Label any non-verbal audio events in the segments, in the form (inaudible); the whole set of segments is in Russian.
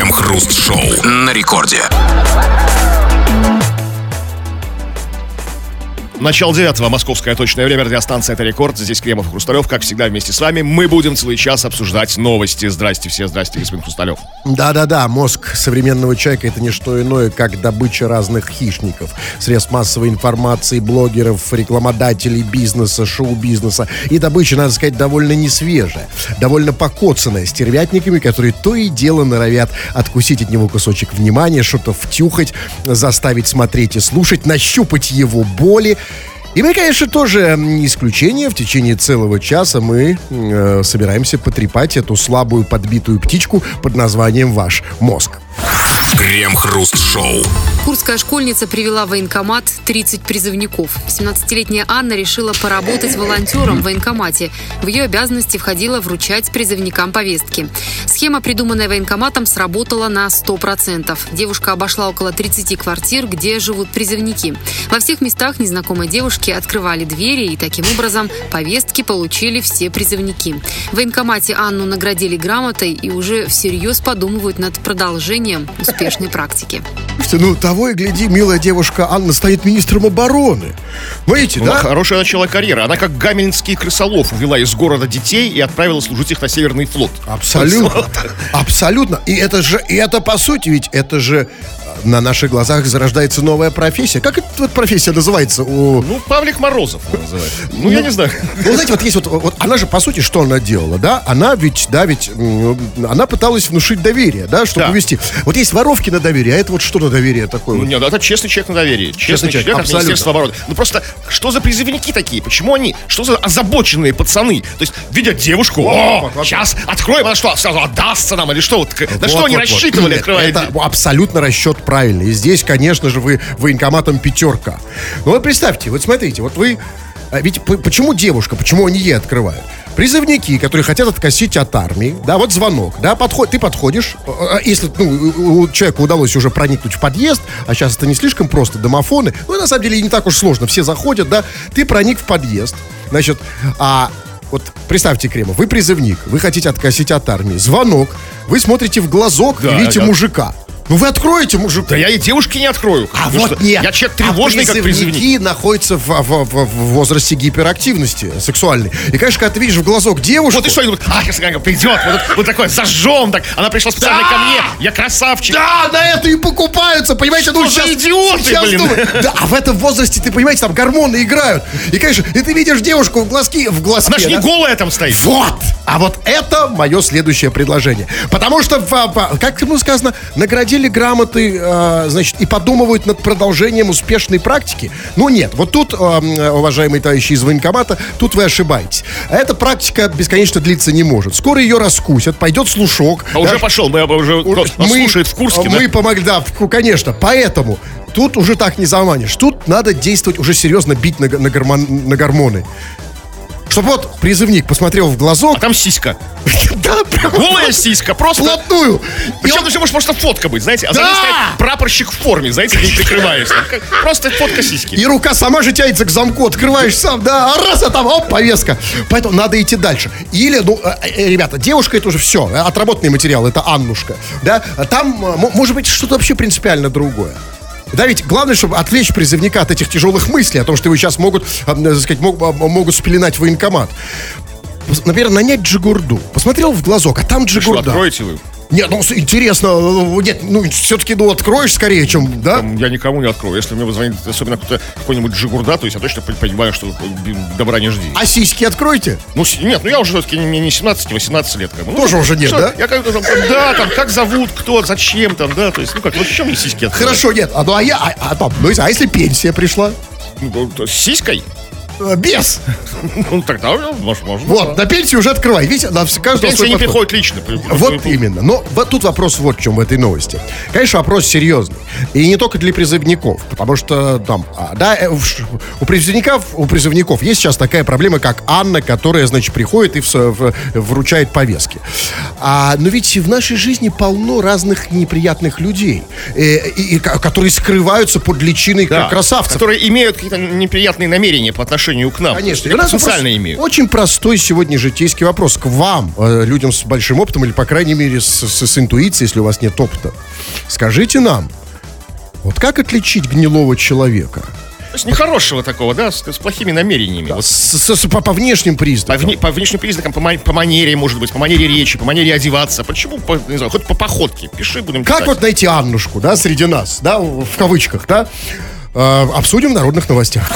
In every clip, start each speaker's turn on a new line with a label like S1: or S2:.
S1: Крем-хруст-шоу на рекорде.
S2: Начало девятого, московское точное время, радиостанция «Это рекорд». Здесь Кремов и Хрусталев, как всегда, вместе с вами. Мы будем целый час обсуждать новости. Здрасте все, здрасте, господин Хрусталев.
S3: Да-да-да, мозг современного человека это не что иное, как добыча разных хищников. Средств массовой информации, блогеров, рекламодателей бизнеса, шоу-бизнеса. И добыча, надо сказать, довольно несвежая, довольно покоцанная, с тервятниками, которые то и дело норовят откусить от него кусочек внимания, что-то втюхать, заставить смотреть и слушать, нащупать его боли, и мы, конечно, тоже не исключение. В течение целого часа мы э, собираемся потрепать эту слабую подбитую птичку под названием «Ваш мозг».
S1: Крем-хруст-шоу.
S4: Курская школьница привела в военкомат 30 призывников. 17-летняя Анна решила поработать волонтером в военкомате. В ее обязанности входило вручать призывникам повестки. Схема, придуманная военкоматом, сработала на 100%. Девушка обошла около 30 квартир, где живут призывники. Во всех местах незнакомой девушки открывали двери, и таким образом повестки получили все призывники. В военкомате Анну наградили грамотой и уже всерьез подумывают над продолжением успешной практики.
S3: Слушайте, ну того и гляди, милая девушка Анна станет министром обороны. Видите,
S2: Ну,
S3: да?
S2: хорошее начало карьеры. Она, как гамельнский крысолов, увела из города детей и отправила служить их на Северный флот. (laughs)
S3: А. Абсолютно. Абсолютно. И это же, и это по сути, ведь это же э, на наших глазах зарождается новая профессия. Как эта вот профессия называется у...
S2: Ну, Павлик Морозов он
S3: (laughs)
S2: называется. Ну, я не знаю.
S3: Ну, знаете, вот есть вот, вот она же, по сути, что она делала, да? Она ведь, да, ведь, м, она пыталась внушить доверие, да, чтобы
S2: Да.
S3: вести. Вот есть воровки на доверие, а это вот что на доверие такое?
S2: Ну,
S3: вот?
S2: нет, это честный человек на доверие. Честный,
S3: Честный человек,
S2: человек, от
S3: абсолютно.
S2: Министерства обороны. Ну, просто, что за призывники такие? Почему они? Что за озабоченные пацаны? То есть, видят девушку, о,
S3: вот, вот.
S2: сейчас откроем, она что, сразу отдастся нам или что? Вот, на
S3: Вот,
S2: что они
S3: вот, вот.
S2: рассчитывали,
S3: Нет,
S2: открывая
S3: Это
S2: дверь?
S3: абсолютно расчет правильный. И здесь, конечно же, вы военкоматом пятерка. Ну вот представьте, вот смотрите, вот вы... а Ведь п- почему девушка, почему они ей открывают? Призывники, которые хотят откосить от армии, да, вот звонок, да, подход, ты подходишь, э, э, если ну, у- у человеку удалось уже проникнуть в подъезд, а сейчас это не слишком просто, домофоны, ну, и на самом деле, и не так уж сложно, все заходят, да, ты проник в подъезд, значит, а вот представьте, Крема, вы призывник, вы хотите откосить от армии. Звонок, вы смотрите в глазок
S2: Да,
S3: и видите
S2: да.
S3: мужика. Ну вы откроете мужика.
S2: Да я и девушке не открою.
S3: А
S2: Потому
S3: вот
S2: что
S3: нет.
S2: Я человек
S3: А
S2: тревожный, как призывник.
S3: призывники находятся в, в- в- в возрасте гиперактивности сексуальной. И, конечно, когда ты видишь в глазок девушку...
S2: Вот и что, я думаю, ах, если она придет, вот, вот такой, зажжем, так, она пришла специально ко мне, я красавчик.
S3: Да, на это и покупаются, понимаете? ну,
S2: Что за
S3: сейчас,
S2: идиоты,
S3: сейчас
S2: блин?
S3: думают. Да, а в этом возрасте, ты понимаете, там гормоны играют. И, конечно, и ты видишь девушку в глазки, в глазке.
S2: Она ж не
S3: да?
S2: голая там стоит.
S3: Вот! А вот это мое следующее предложение. Потому что, в- в- как ему сказано, наградили грамоты, э, значит, и подумывают над продолжением успешной практики. Ну нет, вот тут, э, м, уважаемые товарищи из военкомата, тут вы ошибаетесь. Эта практика бесконечно длиться не может. Скоро ее раскусят, пойдет слушок.
S2: А уже
S3: да,
S2: пошел, мы а уже
S3: у-
S2: нас слушает в Курске, да?
S3: Мы помогли, да, в Ку- конечно. Поэтому тут уже так не заманишь. Тут надо действовать уже серьезно, бить на, г- на гормон- на гормоны. Чтобы вот призывник посмотрел в
S2: А
S3: глазок.
S2: там сиська. (laughs)
S3: Да, прям
S2: Голая сиська, просто...
S3: вплотную. И
S2: Причем
S3: он-
S2: даже может просто фотка быть, знаете, а за
S3: Да!
S2: ней стоит прапорщик в форме, знаете, не прикрываешь. там. Как- Просто фотка сиськи.
S3: И рука сама же тянется к замку, открываешь сам, да, а раз, а там, оп, повестка. Поэтому надо идти дальше. Или, ну, э, э, ребята, девушка это уже все, э, отработанный материал, это Аннушка, да. А Там, э, мо- может быть, что-то вообще принципиально другое. Да, ведь главное, чтобы отвлечь призывника от этих тяжелых мыслей, о том, что его сейчас могут, э, так сказать, мог- э, могут спеленать военкомат. Например, нанять Джигурду. Посмотрел в глазок, а там
S2: Что,
S3: Джигурда.
S2: откроете вы?
S3: Нет, ну с- интересно, э, нет, ну все-таки ну откроешь скорее, чем, да?
S2: Там Я никому не открою. Если мне позвонит, особенно кто-то, какой-нибудь Жигурда, то есть я точно понимаю, что блин, добра не жди.
S3: А сиськи откройте.
S2: Ну, с- нет, ну я уже все-таки не, не 17, 18 лет. Как бы. Ну,
S3: Тоже уже нет,
S2: всё,
S3: да?
S2: Я как-то там, да, там, как зовут, кто, зачем там, да, то есть, ну как, вот в чем мне сиськи открывать?
S3: Хорошо, нет, а ну а я, а, а там, ну, а если пенсия пришла?
S2: Ну, то- с сиськой? (laughs)
S3: Э, Без.
S2: Ну, тогда ну, может, можно.
S3: Вот, на пенсию уже открывай. Видите, на вс- каждого
S2: Пенсия
S3: свой
S2: не
S3: подход.
S2: приходит лично. При-
S3: Вот
S2: при-
S3: именно. Но вот тут вопрос вот в чем в этой новости. Конечно, вопрос серьезный. И не только для призывников, потому что там, а, да, э, в ш- у призывников, у призывников есть сейчас такая проблема, как Анна, которая, значит, приходит и в со- в- вручает повестки. А, но ведь и в нашей жизни полно разных неприятных людей, э, и, и ко- которые скрываются под личиной
S2: Да,
S3: красавцев.
S2: Которые имеют какие-то неприятные намерения по отношению к нам?
S3: Конечно.
S2: Я
S3: У нас вопрос
S2: специально имею.
S3: Очень простой сегодня житейский вопрос к вам, э, людям с большим опытом, или, по крайней мере, с, с- с интуицией, если у вас нет опыта. Скажите нам, вот как отличить гнилого человека?
S2: То есть нехорошего такого, да, с, с плохими намерениями. Вот
S3: С- с- с- по, по внешним
S2: По,
S3: признакам.
S2: вне- по внешним признакам, по, ма- по манере, может быть, по манере речи, по манере одеваться. Почему, по- не знаю, хоть по походке. Пиши, будем
S3: Как
S2: писать.
S3: вот найти Аннушку, да, среди нас, да, в кавычках, да? Э, обсудим в народных новостях.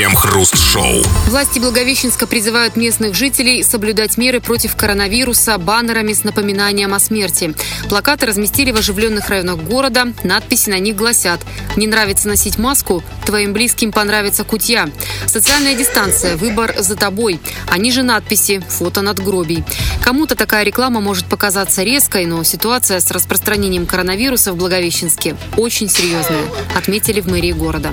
S1: Крем-хруст-шоу.
S4: Власти Благовещенска призывают местных жителей соблюдать меры против коронавируса баннерами с напоминанием о смерти. Плакаты разместили в оживленных районах города, надписи на них гласят «Не нравится носить маску? Твоим близким понравится кутья». «Социальная дистанция. Выбор за тобой». Они же надписи, фото надгробий. Кому-то такая реклама может показаться резкой, но ситуация с распространением коронавируса в Благовещенске очень серьезная, отметили в мэрии города.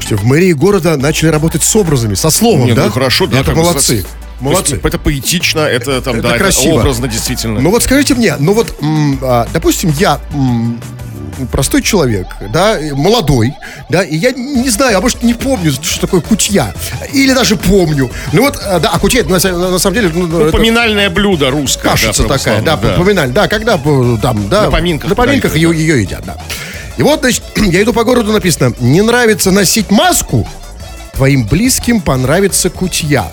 S3: Слушайте, В мэрии города начали работать с образами, со словом,
S2: Не,
S3: да?
S2: ну хорошо, да.
S3: Это
S2: как бы,
S3: молодцы.
S2: то есть
S3: Молодцы.
S2: это поэтично, это там,
S3: Это
S2: да,
S3: красиво.
S2: это образно, действительно.
S3: Ну вот скажите мне, ну вот, м, а, допустим, я м, простой человек, да, и молодой, да, и я не знаю, а может не помню, что такое кутья, или даже помню. Ну вот, а, да, а кутья это на, са- на самом деле ну, это
S2: Поминальное блюдо русское. да,
S3: кашица такая, да,
S2: православное,
S3: поминали, да, когда э, там, да,
S2: На поминках,
S3: на поминках
S2: да,
S3: ее,
S2: да.
S3: ее едят, да. И вот, значит, (clears throat) я иду по городу, написано, не нравится носить маску, твоим близким понравится кутья.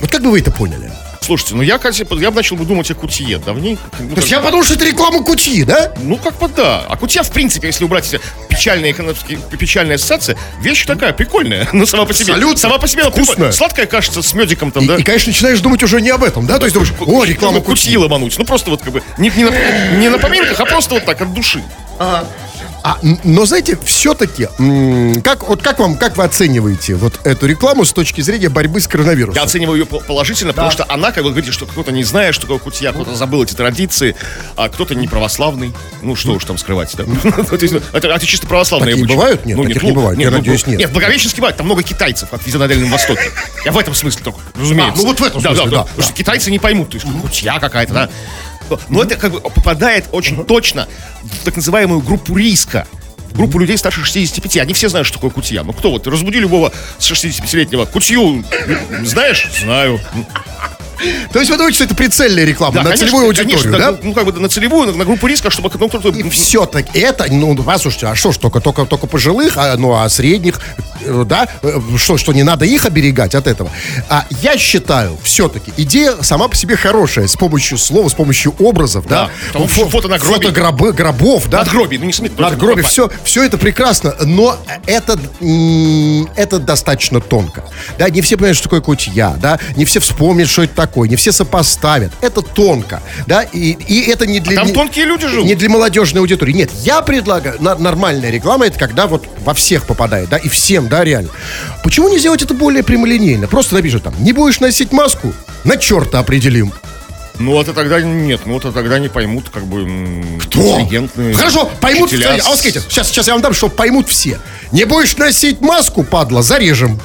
S3: Вот как бы вы это поняли?
S2: Слушайте, ну я, конечно, я бы начал бы думать о кутье давненько. Ну,
S3: То есть
S2: как-
S3: я подумал, что это реклама кутьи, да?
S2: Ну, как бы да. А кутья, в принципе, если убрать эти печальные экономические, печальные ассоциации, вещь такая прикольная. (laughs) Ну, сама по себе.
S3: Абсолютно.
S2: Сама по себе она
S3: Вкусная.
S2: прикольная. Сладкая кажется с медиком там,
S3: И,
S2: да?
S3: и, конечно, начинаешь думать уже не об этом, да? То есть думаешь, о, реклама
S2: Чтобы кутьи
S3: кутила.
S2: ломануть. Ну, просто вот как бы не, не на, не на поминках, а просто вот так, от души.
S3: А, н- но знаете, все-таки, как, вот как вам, как вы оцениваете вот эту рекламу с точки зрения борьбы с коронавирусом?
S2: Я оцениваю ее по- положительно, потому что она, как вы говорите, что кто-то не знает, что такое кутья, кто-то забыл эти традиции, а кто-то не православный. Ну, что уж там скрывать, да? То есть, (laughs) ну, Это это чисто православные
S3: Такие
S2: обычаи.
S3: бывают? Нет,
S2: Ну,
S3: таких
S2: ну,
S3: не бывает. Я
S2: ну,
S3: надеюсь, нет.
S2: Нет, в Благовещенске бывает, там много китайцев, как везде на Дальнем Востоке. Я в этом смысле только, разумеется.
S3: А, ну вот в этом
S2: Да,
S3: смысле, да,
S2: Потому что
S3: да.
S2: китайцы не поймут, то есть кутья какая-то, да. Но это как бы попадает очень точно в так называемую группу риска. Группу людей старше 65. Они все знают, что такое кутья. Ну кто вот? Разбуди любого с 65-летнего. Кутью ну, знаешь? Знаю.
S3: То есть вы думаете, что это прицельная реклама на
S2: конечно,
S3: целевую аудиторию,
S2: конечно,
S3: да?
S2: на- Ну, как бы на целевую, на, на группу риска, чтобы ну, кто-то...
S3: И все-таки это, ну, послушайте, а что ж, только, только, только пожилых, а, ну, а средних, э, да, э, что, что не надо их оберегать от этого. А я считаю, все-таки, идея сама по себе хорошая, с помощью слова, с помощью образов, да.
S2: Да, потому что фото на гробе.
S3: гробы- гробов, да.
S2: Надгробий, ну не смотри. только
S3: Надгробие,
S2: гроба.
S3: все, все это прекрасно, но это, м, это достаточно тонко. Да, не все понимают, что такое кутья, да, не все вспомнят, что это такое, не все сопоставят. Это тонко, да, и, и это не для...
S2: А там
S3: не-
S2: тонкие люди живут.
S3: Не для молодежной аудитории. Нет, я предлагаю... на- нормальная реклама, это когда вот во всех попадает, да, и всем, да, реально. Почему не сделать это более прямолинейно? Просто напишут там, не будешь носить маску, на черта определим.
S2: Ну, это тогда нет, ну, это тогда не поймут, как бы... м,
S3: Кто?
S2: интеллигентные
S3: Хорошо, поймут все.
S2: учителя
S3: А вот
S2: с-
S3: скажите, сейчас, сейчас я вам дам, что поймут все. Не будешь носить маску, падла, зарежем.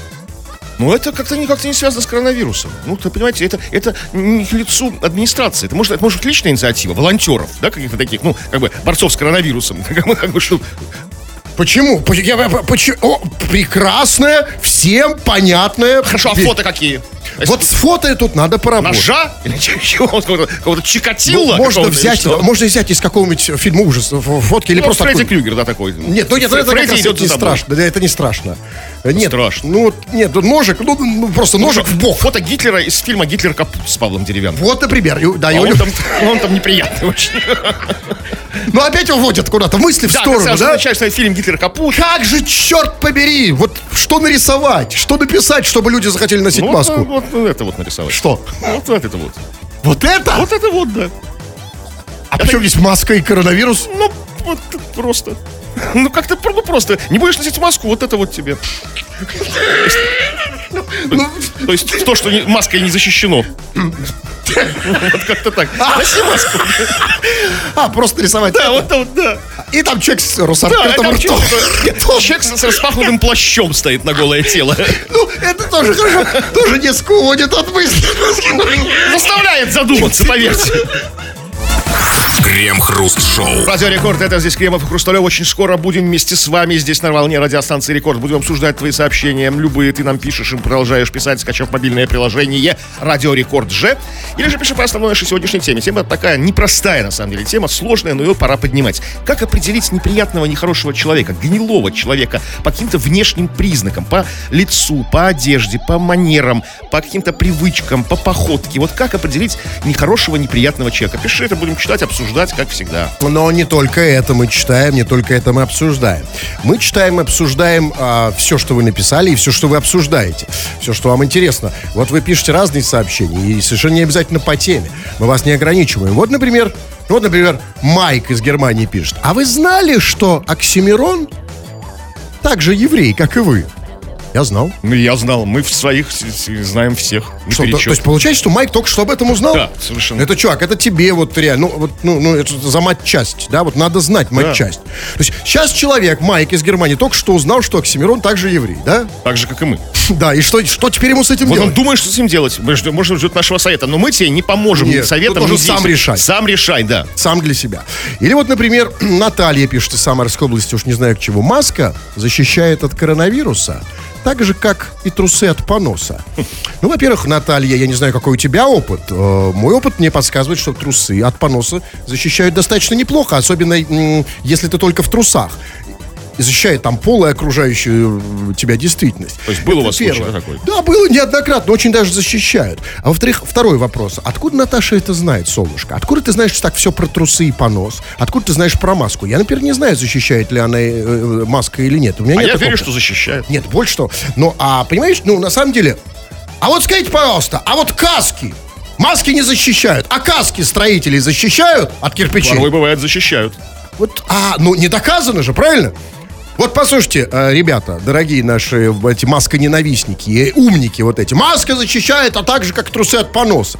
S2: Ну, это как-то никак не связано с коронавирусом. Ну, ты понимаете, это, это не к лицу администрации. Это может, это может быть личная инициатива волонтеров, да, каких-то таких, ну, как бы борцов с коронавирусом. (laughs) Как бы, как бы, что-
S3: Почему? Поч- я- я- поч- о, прекрасная, всем понятная.
S2: Хорошо, а
S3: ве-
S2: фото какие?
S3: Вот А с фото тут надо поработать.
S2: Ножа? Или чего? Какого-то, какого-то
S3: Ну,
S2: чикатило?
S3: можно
S2: какого-то или
S3: взять,
S2: что?
S3: можно взять из какого-нибудь фильма ужасов фотки или
S2: Ну,
S3: просто
S2: Фредди
S3: какой-
S2: Крюгер, да, такой.
S3: Нет, ну нет, это как
S2: Фредди
S3: раз
S2: идет
S3: не
S2: за тобой.
S3: страшно. Да, это не страшно. Нет,
S2: страшно.
S3: Ну, вот, нет, ну, ножик, ну, ну, просто ножик в бок.
S2: Фото Гитлера из фильма «Гитлер капут» с Павлом Деревянным.
S3: Вот, например, и- да, и
S2: А
S3: он-
S2: он, там, он там неприятный очень.
S3: (laughs) ну опять уводят куда-то мысли в
S2: Да,
S3: сторону,
S2: когда
S3: да?
S2: начинаешь смотреть фильм «Гитлер капут»,
S3: Как же, черт побери, вот что нарисовать, что написать, чтобы люди захотели носить
S2: ну,
S3: маску?
S2: Вот, вот, ну, это вот нарисовать.
S3: Что?
S2: Вот, вот это вот.
S3: Вот это?
S2: Вот это вот, да.
S3: а почему здесь маска и коронавирус?
S2: Ну, вот так просто. Ну, как-то про- ну, просто. Не будешь носить маску, вот это вот тебе.
S3: Ну,
S2: То есть то, что не- маской не защищено. Вот как-то так. Носи маску.
S3: (laughs) а, просто рисовать.
S2: Да, вот это вот, да.
S3: И там человек с
S2: Да,
S3: раскрытым
S2: там
S3: ртом. (laughs)
S2: человек человек с с распахнутым плащом стоит на голое тело.
S3: Ну, это тоже хорошо. Тоже не
S2: (laughs)
S3: сководит от мысли.
S2: Заставляет задуматься, поверьте.
S1: Крем-хруст-шоу.
S2: Радио Рекорд, это здесь Кремов и Хрусталев. Очень скоро будем вместе с вами здесь на волне радиостанции Рекорд. Будем обсуждать твои сообщения, любые ты нам пишешь, им продолжаешь писать, скачав мобильное приложение Радио Рекорд же. Или же пиши по основной нашей сегодняшней теме. Тема такая непростая, на самом деле. Тема сложная, но ее пора поднимать. Как определить неприятного, нехорошего человека, гнилого человека по каким-то внешним признакам, по лицу, по одежде, по манерам, по каким-то привычкам, по походке. Вот как определить нехорошего, неприятного человека? Пиши это, будем читать, обсуждать, как всегда.
S3: Но не только это мы читаем, не только это мы обсуждаем. Мы читаем и обсуждаем все, что вы написали, и все, что вы обсуждаете. Все, что вам интересно. Вот вы пишете разные сообщения, и совершенно не обязательно по теме. Мы вас не ограничиваем. Вот, например, вот, например, Майк из Германии пишет. А вы знали, что Оксимирон также еврей, как и вы? Я знал.
S2: Ну, я знал, мы в своих с- с- знаем всех. Не
S3: Что, то,
S2: перечет.
S3: то есть получается, что Майк только что об этом узнал?
S2: Да, совершенно.
S3: Это, чувак, это тебе вот реально, ну, вот, ну, ну, это за матчасть, да, вот надо знать матчасть. То есть сейчас человек, Майк из Германии, только что узнал, что Оксимирон также еврей, да? (laughs)
S2: Так же, как и мы.
S3: Да, и что, что теперь ему с этим
S2: Вот он
S3: делать?
S2: думает, что с ним делать. Мы ждем- Может, ждет нашего совета. Но мы тебе не поможем ни
S3: Нет,
S2: советом,
S3: тут
S2: ни
S3: уже сам
S2: действием.
S3: решать.
S2: Сам решай, да.
S3: Сам для себя. Или вот, например, (clears throat) Наталья пишет из Самарской области, уж не знаю к чему. Маска защищает от коронавируса, так же, как и трусы от
S2: (laughs)
S3: поноса. Ну, во-первых, Наталья, я не знаю, какой у тебя опыт. Э, Мой опыт мне подсказывает, что трусы от поноса защищают достаточно неплохо, особенно м, если ты только в трусах. И защищает там пол и окружающую э, тебя действительность.
S2: То есть был у вас случай,
S3: первое.
S2: да, такой?
S3: Да, было неоднократно, очень даже защищают. А во-вторых, второй вопрос. Откуда Наташа это знает, солнышко? Откуда ты знаешь, что так все про трусы и понос? Откуда ты знаешь про маску? Я, например, не знаю, защищает ли она э, э, маска или нет. У меня
S2: А
S3: нет
S2: я
S3: такого.
S2: верю, что защищает.
S3: Нет, больше того. Ну, а понимаешь, ну, на самом деле... А вот скажите, пожалуйста, а вот каски? Маски не защищают, а каски строителей защищают от кирпичей?
S2: Порой бывает защищают.
S3: Вот, а, ну не доказано же, правильно? Вот послушайте, э, ребята, дорогие наши э, эти масконенавистники, э, умники вот эти. Маска защищает, а так же, как трусы от поноса.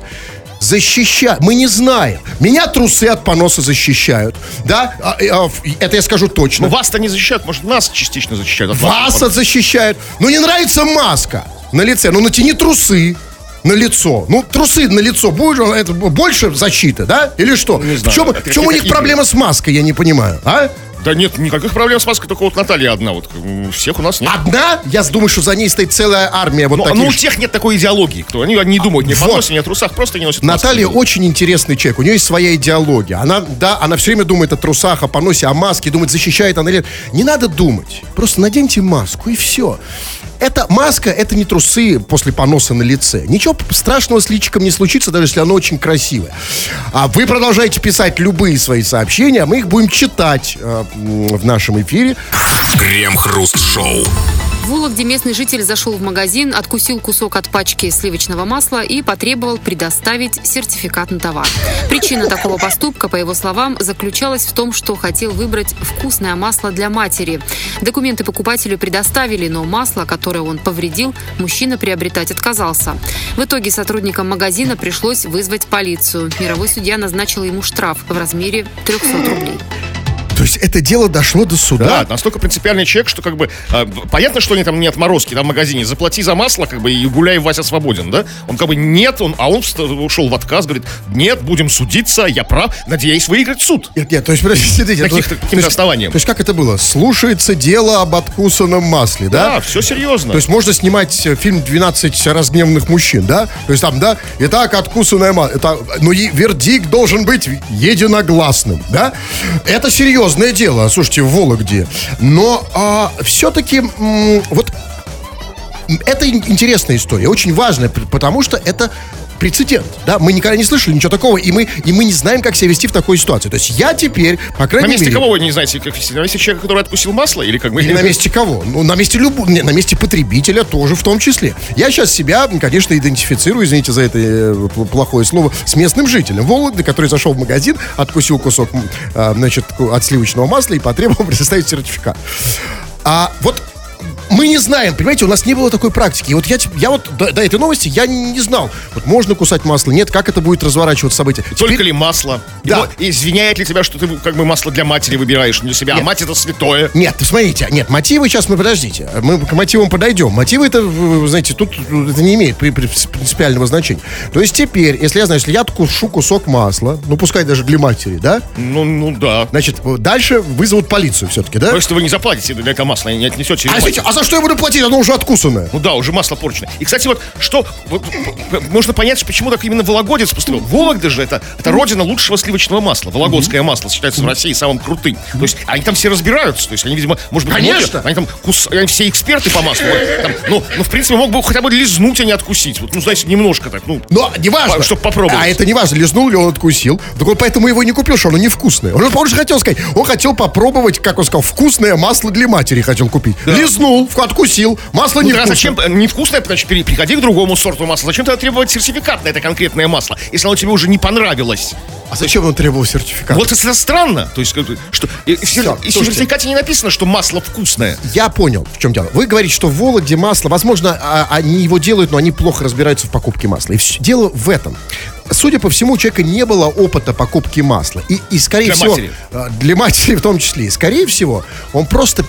S3: Защищает. Мы не знаем. Меня трусы от поноса защищают. Да? А, э, а, ф- это я скажу точно.
S2: Но Ну, вас-то не защищают, может, нас частично защищают. от
S3: Ну. Вас от- защищают. Ну, не нравится маска на лице. Ну, натяни трусы на лицо. Ну, трусы на лицо. Будет, же это больше защиты, да? Или что?
S2: Не знаю.
S3: В чем,
S2: Это
S3: в чем у
S2: какие-то
S3: них
S2: игры.
S3: проблема с маской, я не понимаю, а?
S2: Да нет, никаких проблем с маской, только вот Наталья одна. Вот м, всех у нас нет.
S3: Одна? Я думаю, что за ней стоит целая армия вот
S2: Ну, а,
S3: А таких.
S2: ну, у тех нет такой идеологии. Кто? Они, они не думают ни о
S3: Вот.
S2: поносе, ни о трусах, просто не носят маски.
S3: Наталья очень интересный человек. У нее есть своя идеология. Она, да, она все время думает о трусах, о поносе, о маске, думает, защищает она или нет. Не надо думать. Просто наденьте маску и все. Это маска, это не трусы после поноса на лице. Ничего страшного с личиком не случится, даже если оно очень красивое. А вы продолжаете писать любые свои сообщения, а мы их будем читать э, м, в нашем эфире.
S1: Крем-хруст-шоу.
S4: В Вологде местный житель зашел в магазин, откусил кусок от пачки сливочного масла и потребовал предоставить сертификат на товар. Причина такого поступка, по его словам, заключалась в том, что хотел выбрать вкусное масло для матери. Документы покупателю предоставили, но масло, которое он повредил, мужчина приобретать отказался. В итоге сотрудникам магазина пришлось вызвать полицию. Мировой судья назначил ему штраф в размере 300 рублей.
S3: То есть это дело дошло до суда?
S2: Да, настолько принципиальный человек, что как бы э, понятно, что они там не отморозки там в магазине. Заплати за масло, как бы и гуляй, Вася свободен, да? Он как бы нет, он, а он вст- ушел в отказ, говорит, нет, будем судиться, я прав, надеюсь выиграть суд.
S3: Нет, нет, то есть, (laughs) подождите,
S2: Каких-то-
S3: то есть-
S2: каким-то
S3: то есть-
S2: основанием.
S3: То есть, как это было? Слушается дело об откусанном масле, да?
S2: Да, все серьезно.
S3: То есть можно снимать э, фильм «12 разгневанных мужчин», да? То есть там, да, итак, откусанная масло. Это, ну, и вердикт должен быть единогласным, да? Это серьезное дело, слушайте, в Вологде. Но все-таки вот м, это ин- интересная история, очень важная, пр- потому что это прецедент, да, мы никогда не слышали ничего такого, и мы, и мы не знаем, как себя вести в такой ситуации. То есть я теперь, по
S2: на
S3: крайней
S2: месте
S3: мере...
S2: кого вы не знаете, как вести? На месте человека, который откусил масло, или как бы...
S3: Или на месте кого? Ну, на месте любого, на месте потребителя тоже в том числе. Я сейчас себя, конечно, идентифицирую, извините за это э, пл- плохое слово, с местным жителем Вологды, который зашел в магазин, откусил кусок, (laughs) м, а, значит, ку- от сливочного масла и потребовал предоставить сертификат. А вот мы не знаем, понимаете, у нас не было такой практики. И вот я, тип- я вот до, до этой новости я не, не знал, вот можно кусать масло, нет, как это будет разворачиваться событие.
S2: Только ли масло?
S3: Да.
S2: И мо- извиняет ли тебя, что ты как бы масло для матери выбираешь, не для себя? А
S3: Нет.
S2: мать это святое.
S3: Нет, смотрите, нет, мотивы сейчас мы подождите. Мы к мотивам подойдем. Мотивы это, вы знаете, тут это не имеет при- при- принципиального значения. То есть теперь, если я, знаю, если я откушу кусок масла, ну пускай даже для матери, да,
S2: Ну, ну да.
S3: значит, дальше вызовут полицию все-таки, да?
S2: Потому что вы не заплатите для этого масла, не отнесете. её
S3: А,
S2: матери.
S3: сейчас- а за что я буду платить? Оно уже откусанное.
S2: Ну да, уже масло порчено. И, кстати, вот что... вот, п- п- можно понять, почему так именно Вологодец поступил. Вологда же это, это родина лучшего сливочного масла. Вологодское масло считается в России самым крутым. То есть они там все разбираются. То есть они, видимо, может быть...
S3: Конечно!
S2: многие- Они там кус- они все эксперты по маслу. Вот там, ну, ну, в принципе, мог бы хотя бы лизнуть, а не откусить. Вот, ну, знаете, немножко так, ну...
S3: Но не важно.
S2: По- чтоб попробовать.
S3: А это не важно, лизнул ли он откусил. Так он поэтому его и не купил, что оно невкусное. Он, же- он же хотел сказать, он хотел попробовать, как он сказал, вкусное масло для матери хотел купить. Лизнул, в- откусил, масло
S2: Ну,
S3: не
S2: тогда зачем э, невкусное, значит, пере- переходи к другому сорту масла. Зачем тогда требовать сертификат на это конкретное масло, если оно тебе уже не понравилось?
S3: А зачем он требовал сертификат?
S2: Вот это странно. То есть, как бы, что и, и в
S3: Всё,
S2: сер- и в
S3: слушайте.
S2: сертификате не написано, что масло вкусное.
S3: Я понял, в чем дело. Вы говорите, что в Вологде масло, возможно, а- они его делают, но они плохо разбираются в покупке масла. И всё- дело в этом. Судя по всему, у человека не было опыта покупки масла. И, и скорее
S2: Для
S3: всего...
S2: матери.
S3: э, Для матери в том числе. И, скорее всего, он просто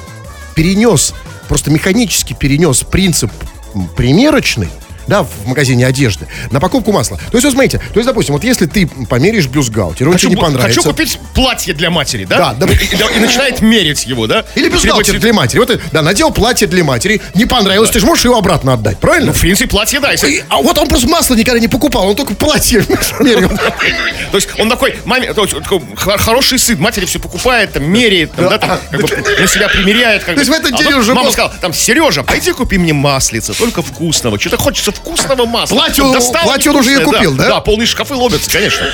S3: перенес, просто механически перенес принцип м, примерочный да, в магазине одежды, на покупку масла. То есть, вот смотрите, то есть, допустим, вот если ты померишь бюстгальтер, он тебе не
S2: бу-
S3: понравится.
S2: хочу купить платье для матери, да?
S3: Да, да.
S2: И, и- и начинает мерить его, да?
S3: Или бюстгальтер
S2: Требует-
S3: для матери. Вот, э, да, надел платье для матери, не понравилось, ты же можешь его обратно отдать, правильно?
S2: Ну, в принципе, платье, да. если-
S3: И- а вот он просто масло никогда не покупал, он только платье (laughs) мерил.
S2: То есть он такой, маме, то есть он такой хор- хороший сын, матери все покупает, там, меряет, там, да, там, как бы на себя примеряет. Как
S3: А, То есть
S2: бы.
S3: в этот
S2: А
S3: день
S2: потом
S3: уже
S2: Мама
S3: был-
S2: сказала, там, Сережа, пойди купи мне маслица, только вкусного. Что-то хочется вкусного масла.
S3: Платье он-
S2: Достал
S3: платье он уже и
S2: невкусное,
S3: купил, да?
S2: Да, полные шкафы ломятся, конечно.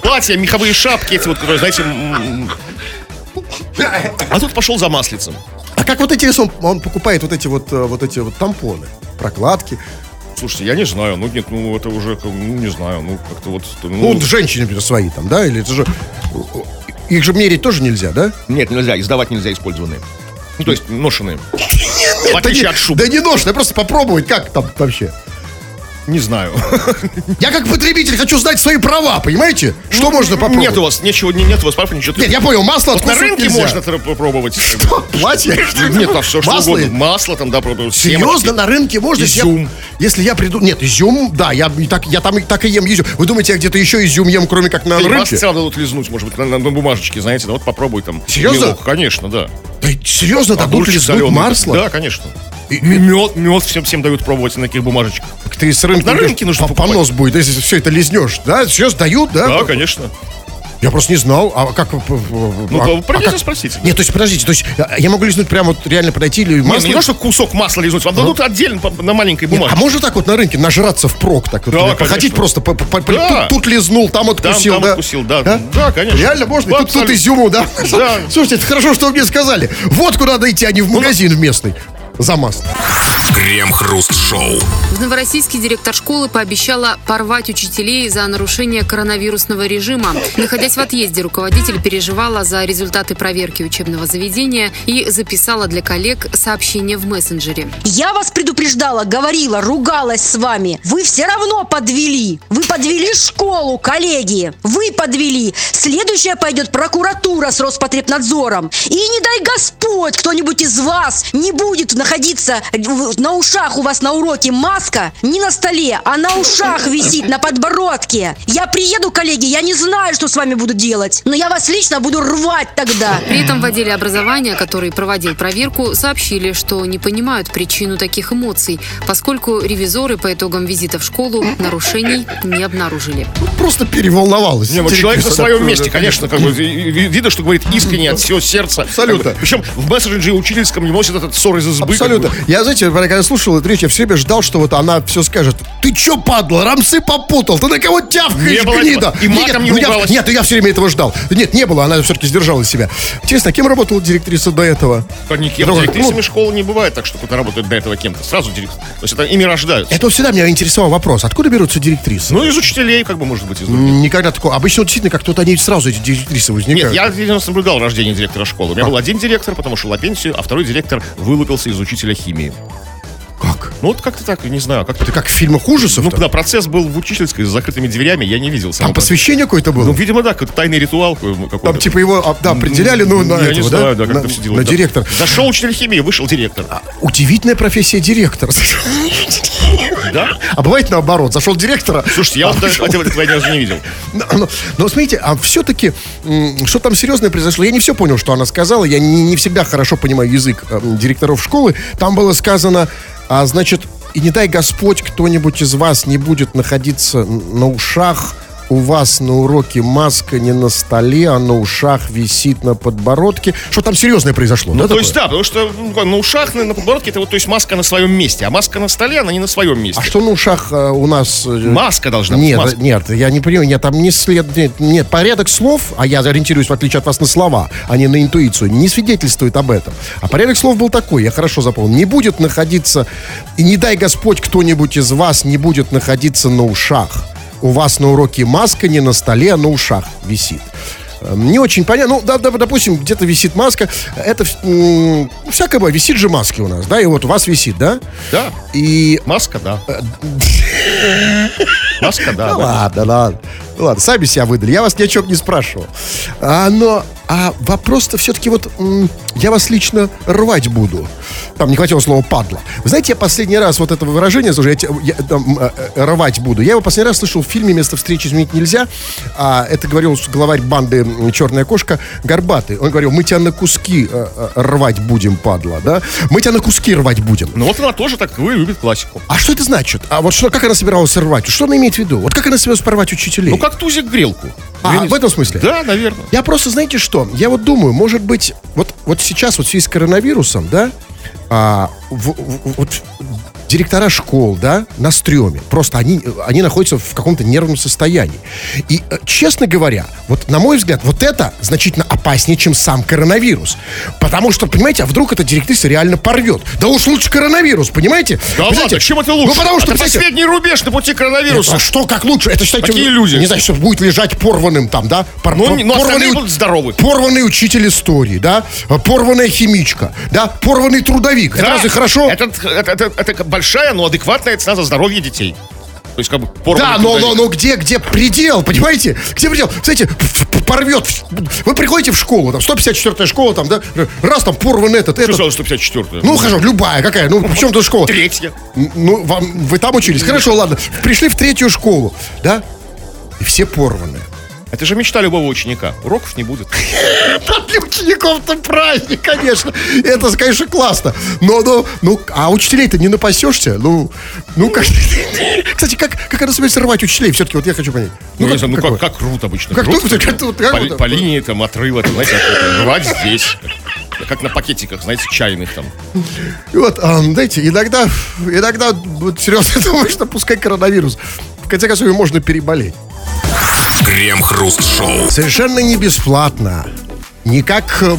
S2: Платья, меховые шапки эти вот, которые, знаете... м, А тут пошел за маслицем.
S3: А как вот интересно, он, он покупает вот эти вот, э, вот эти вот тампоны, прокладки.
S2: Слушайте, я не знаю, ну нет, ну это уже, как, ну не знаю, ну как-то вот...
S3: Ну, вот женщины, например, свои там, да? Или это же... Их же мерить тоже нельзя, да?
S2: нет, нельзя, издавать нельзя использованные. Ну, то есть ношенные. В
S3: Да не,
S2: отличие от шуб.
S3: да не нож, да просто попробовать, как там вообще.
S2: Не знаю.
S3: Я как потребитель хочу знать свои права, понимаете? (laughs) Что можно попробовать?
S2: Нет у вас, нечего, не- нет у вас прав, ничего.
S3: Ну, Нет, я понял, масло
S2: вот на
S3: откусывать
S2: рынке
S3: нельзя.
S2: можно это попробовать.
S3: Платье? (laughs)
S2: Нет, там все что
S3: Масло?
S2: угодно. Масло там, да, попробовать.
S3: Серьезно, на рынке можно? Если я-
S2: Изюм.
S3: Если я приду... Нет, изюм, да, я, и так, я там и так и ем изюм. Вы думаете, я где-то еще изюм ем, кроме как на
S2: Масло
S3: рынке?
S2: все равно будут лизнуть, может быть, на, на- на бумажечке, знаете, да, вот попробуй там.
S3: Серьезно?
S2: мелок, конечно, да.
S3: Да, серьезно, там будут
S2: Огурчик
S3: лизнуть
S2: соленый.
S3: масло?
S2: Да, конечно. И, мед, мед всем, всем дают пробовать на таких бумажечках.
S3: Так Ты с рынка
S2: На
S3: идешь,
S2: рынке нужно
S3: по-
S2: покупать.
S3: Понос будет, если все это лизнешь. Да, сейчас дают, да?
S2: Да, конечно.
S3: Я просто не знал, а как...
S2: Ну,
S3: Ну,
S2: да, придется спросить.
S3: Нет, то есть, подождите, то есть а, я могу лизнуть прямо вот реально подойти или
S2: Не, ну
S3: масло... Ну?
S2: не то, что кусок масла лизнуть, вам дадут отдельно по- на маленькой
S3: Нет, а
S2: бумажке.
S3: можно так вот на рынке нажраться впрок так? Вот,
S2: Да,
S3: например, походить
S2: конечно.
S3: просто, по- по- по-
S2: Да.
S3: тут, тут лизнул, там откусил,
S2: там
S3: да?
S2: откусил, да. Да, конечно.
S3: Реально можно? И
S2: Да,
S3: тут, тут
S2: абсолютно.
S3: изюму, да?
S2: Да.
S3: (laughs) Слушайте, это хорошо, что вы мне сказали. Вот куда надо идти, а не в магазин местный. За масло.
S1: Крем-хруст-шоу.
S4: В Новороссийске директор школы пообещала порвать учителей за нарушение коронавирусного режима. Находясь в отъезде, руководитель переживала за результаты проверки учебного заведения и записала для коллег сообщение в мессенджере.
S5: Я вас предупреждала, говорила, ругалась с вами. Вы все равно подвели. Вы подвели школу, коллеги. Вы подвели. Следующая пойдет прокуратура с Роспотребнадзором. И не дай Господь, кто-нибудь из вас не будет находиться в- на ушах у вас на уроке маска не на столе, а на ушах висит, на подбородке. Я приеду, коллеги, я не знаю, что с вами буду делать. Но я вас лично буду рвать тогда.
S4: При этом в отделе образования, который проводил проверку, сообщили, что не понимают причину таких эмоций, поскольку ревизоры по итогам визита в школу нарушений не обнаружили.
S3: Просто переволновалась.
S2: Не, ну человек на
S3: Директриса,
S2: своем
S3: да,
S2: месте,
S3: да,
S2: конечно, как бы и- и видно, что говорит искренне от всего сердца.
S3: Абсолютно.
S2: Как бы, Причем в мессенджере учительском не носит этот ссор из избы.
S3: Абсолютно.
S2: как бы.
S3: Я, знаете, когда слушал эту речь, я все время ждал, что вот она все скажет. Ты че, падла, рамсы попутал, ты на кого тявкаешь,
S2: Не было
S3: гнида?
S2: этого. И матом не
S3: ну я-
S2: ругалась.
S3: Нет, я все время этого ждал. Нет, не было, она все-таки сдержала себя. Интересно, а кем работала директриса до этого?
S2: Никем
S3: Другой.
S2: директрисами
S3: Ну,
S2: школы не бывает так, что кто-то работает до этого кем-то. Сразу директор. То есть это ими рождаются.
S3: Это вот всегда меня интересовал вопрос, откуда берутся директрисы?
S2: Ну, из учителей, как бы, может быть, из других.
S3: Никогда такого. Обычно вот действительно как-то вот они сразу эти директрисы
S2: Нет,
S3: возникают.
S2: я действительно наблюдал рождение директора школы. У
S3: А.
S2: меня был один директор, потом ушел на пенсию, а второй директор вылупился из учителя химии.
S3: Как?
S2: Ну, вот как-то так, не знаю, как-то...
S3: Это как в фильмах ужасов?
S2: Ну, да, процесс был в учительской с закрытыми дверями, я не видел.
S3: Там
S2: самого процесса.
S3: посвящение какое-то было?
S2: Ну, видимо, да, какой-то тайный ритуал какой-то.
S3: Там типа его а, да, определяли, ну, на
S2: я
S3: этого,
S2: не знаю, да,
S3: да?
S2: как
S3: на,
S2: это все дело.
S3: на
S2: да.
S3: директор.
S2: Зашел учитель химии, вышел директор.
S3: Удивительная профессия директора. (laughs)
S2: Да?
S3: А бывает наоборот, зашел а директора.
S2: Слушайте, я вот даже этого этого я ни разу не
S3: (laughs)
S2: видел.
S3: Но, но- но смотрите, а все-таки, что там серьезное произошло? Я не все понял, что она сказала. Я не, не всегда хорошо понимаю язык эм, директоров школы. Там было сказано, а, значит, и не дай Господь, кто-нибудь из вас не будет находиться н- на ушах. У вас на уроке маска не на столе, а на ушах висит на подбородке. Что там серьезное произошло? да,
S2: Ну, то
S3: такое?
S2: есть, да, потому что ну, на ушах, на, на подбородке, это вот, то есть, маска на своем месте, а маска на столе, она не на своем месте.
S3: А что на ушах э, у нас? э,
S2: Маска должна быть,
S3: Нет,
S2: маска.
S3: нет, я не понимаю, нет, там не след, нет, нет, порядок слов, а я ориентируюсь, в отличие от вас, на слова, а не на интуицию, не свидетельствует об этом. А порядок слов был такой, я хорошо запомнил. Не будет находиться, и не дай Господь, кто-нибудь из вас не будет находиться на ушах. У вас на уроке маска не на столе, а на ушах висит. Эм, Не очень понятно. Ну, да, да, допустим, где-то висит маска. Это вс- м, всякое бывает. Висит же маски у нас, да? И вот у вас висит, да?
S2: Да.
S3: И
S2: Маска, да. (laughs) Маска, да.
S3: Ну
S2: да.
S3: э, ладно, ладно. Ну ладно, сами себя выдали. Я вас ни о чем не спрашивал. А, но а вопрос-то все-таки вот м, я вас лично рвать буду. Там не хватило слова падла. Вы знаете, я последний раз вот это выражение, слушай, я, те- я там, э, э, рвать буду. Я его последний раз слышал в фильме Место встречи изменить нельзя. А, это говорил главарь банды м, Черная кошка Горбатый. Он говорил: мы тебя на куски э, э, рвать будем, падла, да? Мы тебя на куски рвать будем.
S2: Ну вот она тоже так вы любит классику.
S3: А что это значит? А вот что, как она собиралась рвать? Что она имеет в виду? Вот как она собиралась порвать учителей?
S2: Ну как тузик грелку.
S3: А,
S2: Я не
S3: в этом смысле?
S2: Да, наверное.
S3: Я просто, знаете что, я вот думаю, может быть, вот, вот сейчас вот в связи с коронавирусом, да, а, в- в- вот директора школ, да, на стреме, просто они, они находятся в каком-то нервном состоянии. И, э, честно говоря, вот на мой взгляд, вот это значительно опаснее, чем сам коронавирус. Потому что, понимаете, а вдруг эта директриса реально порвет? Да уж лучше коронавирус, понимаете?
S2: Да
S3: Понимаете?
S2: ладно, чем это лучше?
S3: Ну, потому что,
S2: это
S3: понимаете,
S2: последний рубеж на пути
S3: а
S2: коронавируса.
S3: что, как лучше? Это считайте...
S2: Такие
S3: ну,
S2: люди.
S3: Не знаю, что будет лежать порванным там, да? Пор-
S2: Ну,
S3: пор-
S2: не- ну, остальные
S3: у-
S2: будут здоровы.
S3: Порванный учитель истории, да? А, Порванная химичка, да? Порванный трудовик. Это
S2: Да,
S3: разве хорошо?
S2: Это, это- это- это как большая, но адекватная цена за здоровье детей. То есть как бы порванный
S3: Да, но, но,
S2: трудовик.
S3: но где, где предел, понимаете? Где предел? Знаете, п- п- порвет. Вы приходите в школу, там, 154-я школа, там, да? Раз там порван этот,
S2: Что
S3: этот.
S2: сказал 154
S3: Ну, хорошо, любая, какая, ну, в чем тут школа?
S2: Третья.
S3: Ну, вам, вы там учились? Хорошо, ладно. Пришли в третью школу, да? И все порванные.
S2: Это же мечта любого ученика. Уроков не будет.
S3: Ну, Да, Для учеников-то праздник, конечно. Это, конечно, классно. Но, но, ну, а учителей-то не напасешься? Ну, ну, как... Кстати, как, как она собирается рвать учителей? Все-таки вот я хочу понять.
S2: Ну, не знаю, ну
S3: вы?
S2: как, как рвут обычно?
S3: Как
S2: Рвут
S3: рвут,
S2: всё,
S3: как тут, как
S2: по,
S3: вот так.
S2: по линии там отрыва, там, знаете, как это, рвать здесь. Как на пакетиках, знаете, чайных там.
S3: И вот, а, знаете, иногда, иногда вот, (laughs) серьезно думаю, что пускай коронавирус. В конце концов, его можно переболеть.
S1: Крем-хруст-шоу.
S3: Совершенно не бесплатно. Не как э,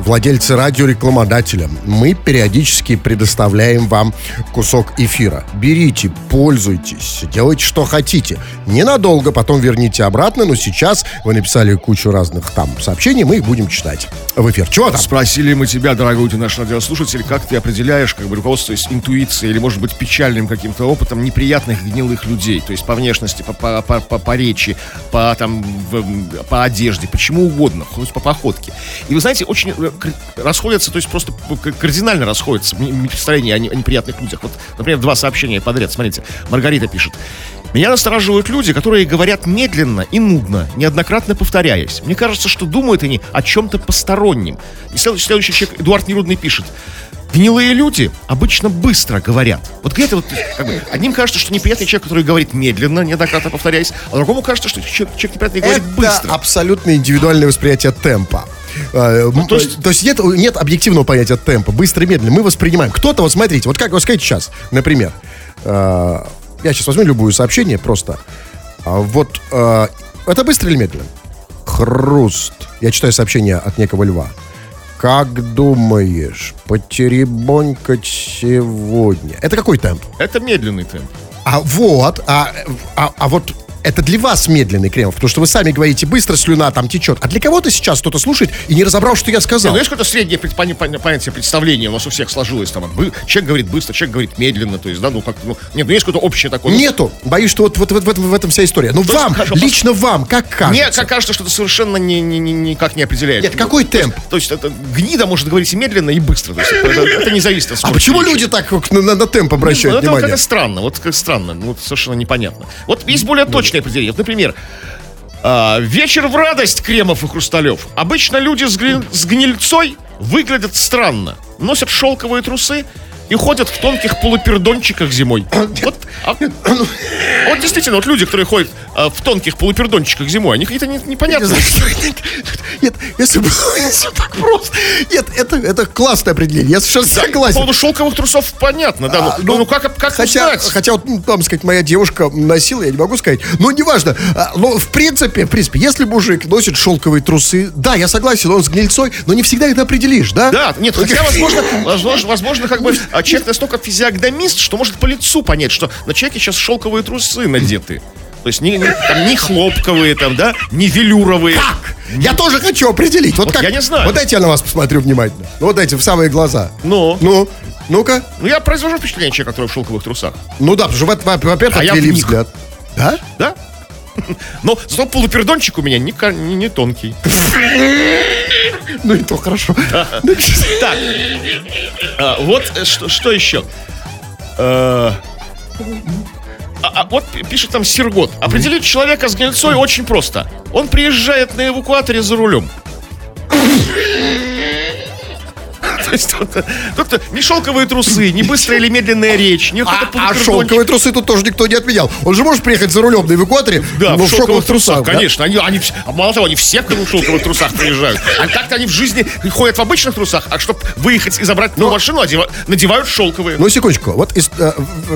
S3: владельцы радиорекламодателя. Мы периодически предоставляем вам кусок эфира. Берите, пользуйтесь, делайте что хотите. Ненадолго, потом верните обратно, но сейчас вы написали кучу разных там сообщений, мы их будем читать в эфир. Чего там?
S2: Спросили мы тебя, дорогой ты наш радиослушатель, как ты определяешь, как бы руководствуясь интуицией или, может быть, печальным каким-то опытом неприятных гнилых людей, то есть по внешности, по, по, по- по- по речи, по, там, в- по одежде, почему угодно, хоть по походке. И вы знаете, очень э, кр- расходятся, то есть просто к- кардинально расходятся м- м- представления о, не- о неприятных людях. Вот, например, два сообщения подряд, смотрите, Маргарита пишет. Меня настораживают люди, которые говорят медленно и нудно, неоднократно повторяясь. Мне кажется, что думают они о чем-то постороннем. И следующий, следующий человек, Эдуард Нерудный, пишет. Гнилые люди обычно быстро говорят. Вот где-то вот, как бы, одним кажется, что неприятный человек, который говорит медленно, неоднократно повторяясь, а другому кажется, что человек, человек неприятный говорит
S3: Это
S2: быстро.
S3: абсолютно индивидуальное восприятие темпа. А, м,
S2: Ну, то есть-
S3: То есть нет, нет объективного понятия темпа. Быстро и медленно. Мы воспринимаем. Кто-то, вот смотрите, вот как вот сказать сейчас, например. а, Я сейчас возьму любое сообщение просто. А, Вот а, это быстро или медленно? Хруст. Я читаю сообщение от некого льва. Как думаешь, потеребонькать сегодня? Это какой темп?
S2: Это медленный темп.
S3: А вот, а, а, а вот это для вас медленный крем, потому что вы сами говорите быстро, слюна там течет. А для кого-то сейчас кто-то слушает и не разобрал, что я
S2: Не,
S3: сказал.
S2: ну, есть какое-то среднее предпоня- поня- понятие, представление у нас у всех сложилось. Там, бы- человек говорит быстро, человек говорит медленно. То есть, да, ну как, ну, нет, ну есть какое-то общее такое. ну,
S3: Нету. Боюсь, что вот, вот, вот в, этом, в этом вся история. Ну
S2: То есть,
S3: вам,
S2: хорошо,
S3: лично вам, как кажется?
S2: Мне как кажется, что это совершенно не, не- не- никак не определяет.
S3: Нет, какой темп?
S2: То есть, это гнида может говорить и медленно, и быстро. То есть, это, это не зависит от
S3: А
S2: скорости
S3: почему
S2: речи.
S3: люди так вот на, на- на темп обращают
S2: Ну, это вот
S3: внимание?
S2: как странно, вот как странно, ну, вот совершенно непонятно. Вот есть более
S3: Ну.
S2: точное определение. Вот, например, а, вечер в радость кремов и хрусталев. Обычно люди с, гри- с гнильцой выглядят странно. Носят шелковые трусы и ходят в тонких полупердончиках зимой. Вот, а- вот действительно, вот люди, которые ходят а, в тонких полупердончиках зимой, они какие-то не-
S3: Я
S2: непонятные.
S3: знаю, что- Нет, нет, если бы (laughs) все так просто. Нет, это, это классное определение. Я совершенно
S2: По
S3: согласен.
S2: поводу шелковых трусов понятно, да.
S3: А,
S2: ну, ну, как, как
S3: хотя,
S2: узнать?
S3: хотя вот, ну, там, сказать, моя девушка носила, я не могу сказать. Но неважно. А, Но в принципе, в принципе, если мужик носит шелковые трусы, да, я согласен, он с гнильцой, но не всегда это определишь, да?
S2: Да, нет,
S3: Ну,
S2: хотя,
S3: как-
S2: возможно, возможно, возможно, как бы а, человек настолько физиогномист, что может по лицу понять, что на человеке сейчас шелковые трусы надеты. То есть не, не- там, не хлопковые, там, да, не велюровые.
S3: Как? Я тоже хочу определить. Вот,
S2: Вот
S3: как?
S2: я не знаю.
S3: Вот дайте я на вас посмотрю внимательно. Ну, Вот эти в самые глаза.
S2: Ну?
S3: Ну, ну-ка.
S2: Ну, я произвожу впечатление человека, который в шелковых трусах,
S3: Ну да, потому что, во- во- во-первых,
S2: А я
S3: отвели
S2: вник.
S3: взгляд. Да?
S2: да? (laughs) Но зато полупердончик у меня не, ка- не- не тонкий.
S3: Ну и то хорошо.
S2: Так, а, вот э, что, что еще? Э, а- а вот пи- пишет там Сергот. Определить человека с гнильцой очень просто. Он приезжает на эвакуаторе за рулем. (laughs) То есть вот, э, тут, э, ни шелковые трусы, ни быстрая или медленная речь, ни
S3: А,
S2: какой-то
S3: а
S2: полупердончик.
S3: шелковые трусы тут тоже никто не отменял. Он же может приехать за рулем на эвакуаторе,
S2: Да,
S3: но Ну, в шелковых трусах. да?
S2: конечно. Они, они, вс- а мало того, они все в шелковых трусах приезжают. А так-то они в жизни ходят в обычных трусах, а чтобы выехать и забрать новую машину, одева- надевают шелковые.
S3: Ну, секундочку. Вот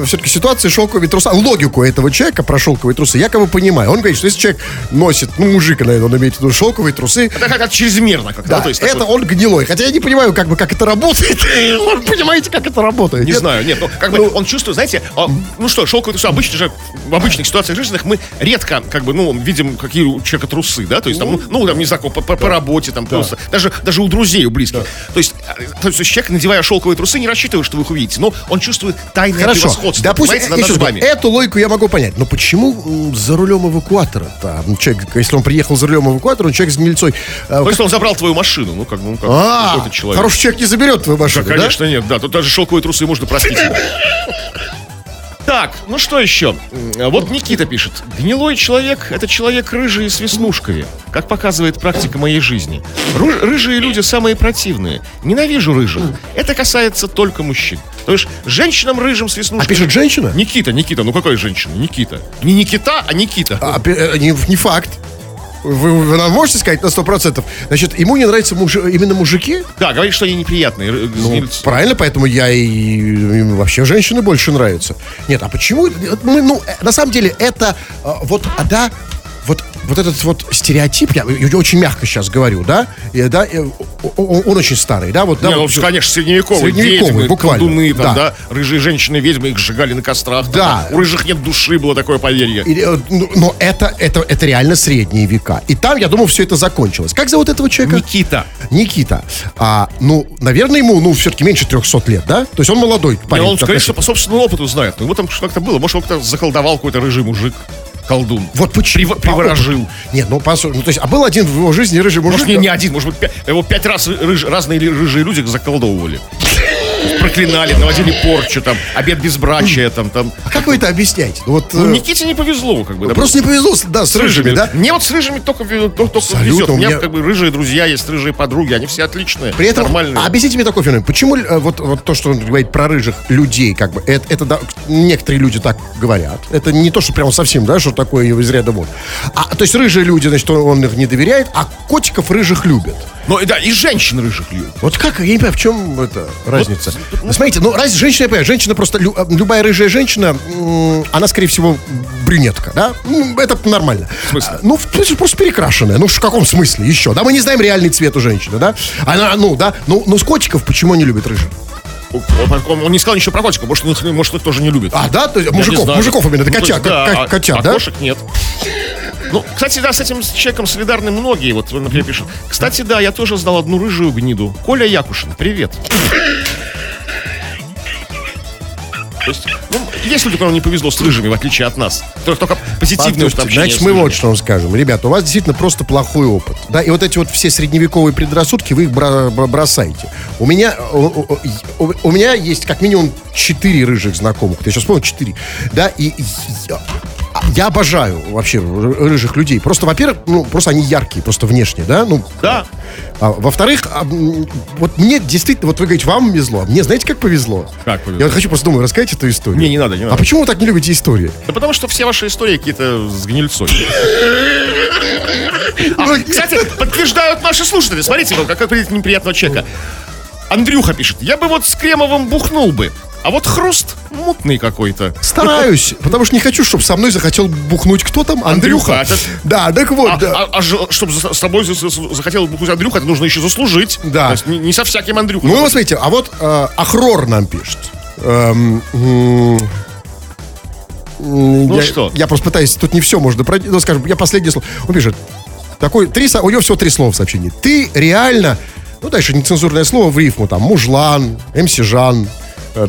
S3: все-таки ситуация с шелковыми трусами. а Логику этого человека про шелковые трусы я как бы понимаю. Он говорит, что если человек носит, ну, мужик, наверное, он имеет в виду шелковые трусы,
S2: Это как-то чрезмерно как-то.
S3: да,
S2: ну, то есть
S3: это
S2: такой-
S3: он гнилой. Хотя я не понимаю, как бы, как это работает. (laughs) Вы понимаете, как это работает?
S2: Не
S3: Нет?
S2: знаю, нет, ну, как
S3: Ну,
S2: бы он чувствует, знаете, а, ну что, шелковые трусы, обычно же в обычных ситуациях жизненных мы редко, как бы, ну, видим, какие у человека трусы, да, то есть там, ну, ну, там, не знаю, по, по- по работе, там, просто, даже, даже у друзей, у близких. То, есть, а, то есть человек, надевая шелковые трусы, не рассчитывает, что вы их увидите, но он чувствует тайное
S3: Хорошо.
S2: превосходство,
S3: Допустим, Э,
S2: понимаете,
S3: я
S2: над,
S3: щас
S2: над
S3: говорю,
S2: вами.
S3: эту логику я могу понять. Но почему м, за рулем эвакуатора-то? Ну, Человек, если он приехал за рулем эвакуатора, он человек с гнильцой. А,
S2: То есть он забрал твою машину, ну, как бы, ну, как
S3: А,
S2: какой-то человек.
S3: хороший человек не заберет твою
S2: Да,
S3: машину, да?
S2: конечно, нет, да. Тут даже шелковые трусы можно простить. Так, ну что еще? М, Вот Никита пишет. Гнилой человек – это человек рыжий и с веснушками, как показывает практика моей жизни. Ру- рыжие люди самые противные. Ненавижу рыжих. Это касается только мужчин. То есть женщинам рыжим с
S3: А
S2: веснушками...
S3: пишет женщина?
S2: Никита, Никита, ну какая женщина? Никита. Не Никита, а Никита.
S3: А, пе- э, не, не факт. Вы, вы нам можете сказать на 100%? Значит, ему не нравятся мужи- именно мужики?
S2: Да, говорит, что они неприятные. ры-
S3: Ну,
S2: с-
S3: правильно, поэтому я и... им вообще женщины больше нравятся. Нет, а почему... Ну, ну, э, на самом деле, это... э, Вот, а да, вот, вот этот вот стереотип, я, я очень мягко сейчас говорю, да, э, да э, о- о- он, очень старый, да, вот, да,
S2: Не, ну,
S3: вот-
S2: конечно, средневековый.
S3: Средневековый,
S2: ведьмы,
S3: буквально,
S2: Колдуны, там,
S3: да.
S2: да. Рыжие женщины-ведьмы, их сжигали на кострах.
S3: Да.
S2: там, у рыжих нет души, было такое поверье.
S3: Или, э, ну, но это, это, это реально средние века. И там, я думаю, все это закончилось. Как зовут этого человека?
S2: Никита.
S3: Никита, а, ну, наверное, ему, ну, все-таки меньше 300 лет, да? То есть он молодой
S2: Не,
S3: парень.
S2: он, скорее
S3: относительно.
S2: всего, по собственному опыту знает. Ну, его там что-то как-то было. Может, его как-то заколдовал какой-то рыжий мужик. Колдун.
S3: Вот А почему.
S2: Прив- приворожил.
S3: Нет, ну, по су- ну, то есть, а был один в его жизни рыжий мужик.
S2: Может, не,
S3: да?
S2: не один, может быть, пя- его пять раз рыж- разные ли- рыжие люди заколдовывали. проклинали, наводили порчу, там, обед безбрачия, там, там.
S3: А как вы это объясняете? Ну, Вот,
S2: Ну,
S3: э,
S2: Никите не повезло, как бы. да.
S3: просто не повезло, с- да, с, рыжими, да?
S2: Мне вот с рыжими ну, только, ве- только
S3: Абсолютно,
S2: везет. У меня,
S3: у меня-
S2: как бы рыжие друзья есть, рыжие подруги, они все отличные,
S3: При этом,
S2: нормальные.
S3: а объясните мне такой феномен. Почему э, вот, вот то, что он говорит про рыжих людей, как бы, это, это да, некоторые люди так говорят. Это не то, что прям совсем, да, что такое из ряда вон. А, то есть рыжие люди, значит, он, он их не доверяет, а котиков рыжих любят.
S2: Ну, и да, и женщин рыжих любят.
S3: Вот как, я не понимаю, в чем это разница? Смотрите, ну, раз, женщина, я понимаю, женщина просто, лю- э, любая рыжая женщина, м, она, скорее всего, брюнетка, да? М, Это нормально. В
S2: смысле?
S3: Ну, в смысле, просто перекрашенная. Ну, в каком смысле еще? Да, мы не знаем реальный цвет у женщины, да? Она, ну, да, ну, ну, с котиков почему не любят рыжих?
S2: Он, он- он не сказал ничего про котиков, может, он их, может, он их тоже не любит.
S3: А, да? То есть,
S2: Я не
S3: мужиков,
S2: знаю.
S3: мужиков именно, это
S2: Ну, то
S3: котят,
S2: есть, да,
S3: как- как
S2: а-
S3: котят,
S2: а
S3: да?
S2: кошек нет. Ну, кстати, да, с этим человеком солидарны многие. Вот, например, пишут. Кстати, да, я тоже знал одну рыжую гниду. Коля Якушин, привет. То есть, ну, есть люди, которым не повезло с рыжими, в отличие от нас. Только, только позитивное
S3: Послушайте,
S2: общение
S3: Значит,
S2: с
S3: мы
S2: рыжими.
S3: вот что вам скажем. Ребята, у вас действительно просто плохой опыт. Да, и вот эти вот все средневековые предрассудки, вы их бра- бра- бросаете. У меня, у, у- у- у меня есть как минимум четыре рыжих знакомых. Я сейчас вспомнил четыре. Да, и я, я обожаю вообще ры- рыжих людей. Просто, во-первых, ну, просто они яркие, просто внешне, да? Ну,
S2: Да.
S3: а, во-вторых, а, м, вот мне действительно, вот вы говорите, вам повезло. а Мне знаете, как повезло?
S2: Как повезло?
S3: Я вот хочу просто думаю, рассказать эту историю.
S2: Не, не надо, не
S3: А
S2: надо.
S3: почему вы так не любите истории?
S2: Да потому что все ваши истории какие-то с гнильцой. А, кстати, подтверждают наши слушатели. Смотрите, ну, как определить неприятного человека. Андрюха пишет, я бы вот с кремовым бухнул бы, а вот хруст мутный какой-то. (laughs)
S3: Стараюсь, потому что не хочу, чтобы со мной захотел бухнуть кто там? Андрюха.
S2: Андрюха, это-
S3: Да, так вот,
S2: А,
S3: да.
S2: чтобы с тобой за- за- захотел бухнуть Андрюха, это нужно еще заслужить.
S3: Да.
S2: То есть не, не со всяким Андрюхой.
S3: Ну, вот смотрите, а вот э, Ахрор нам пишет. Эм, м, м,
S2: Ну
S3: я,
S2: что?
S3: Я просто пытаюсь, тут не все можно пройти. Ну, скажем, я последнее слово. Он пишет, такой, три, со- у него всего три слова в сообщении. Ты реально, ну, дальше нецензурное слово в рифму, там, мужлан, МС-жан,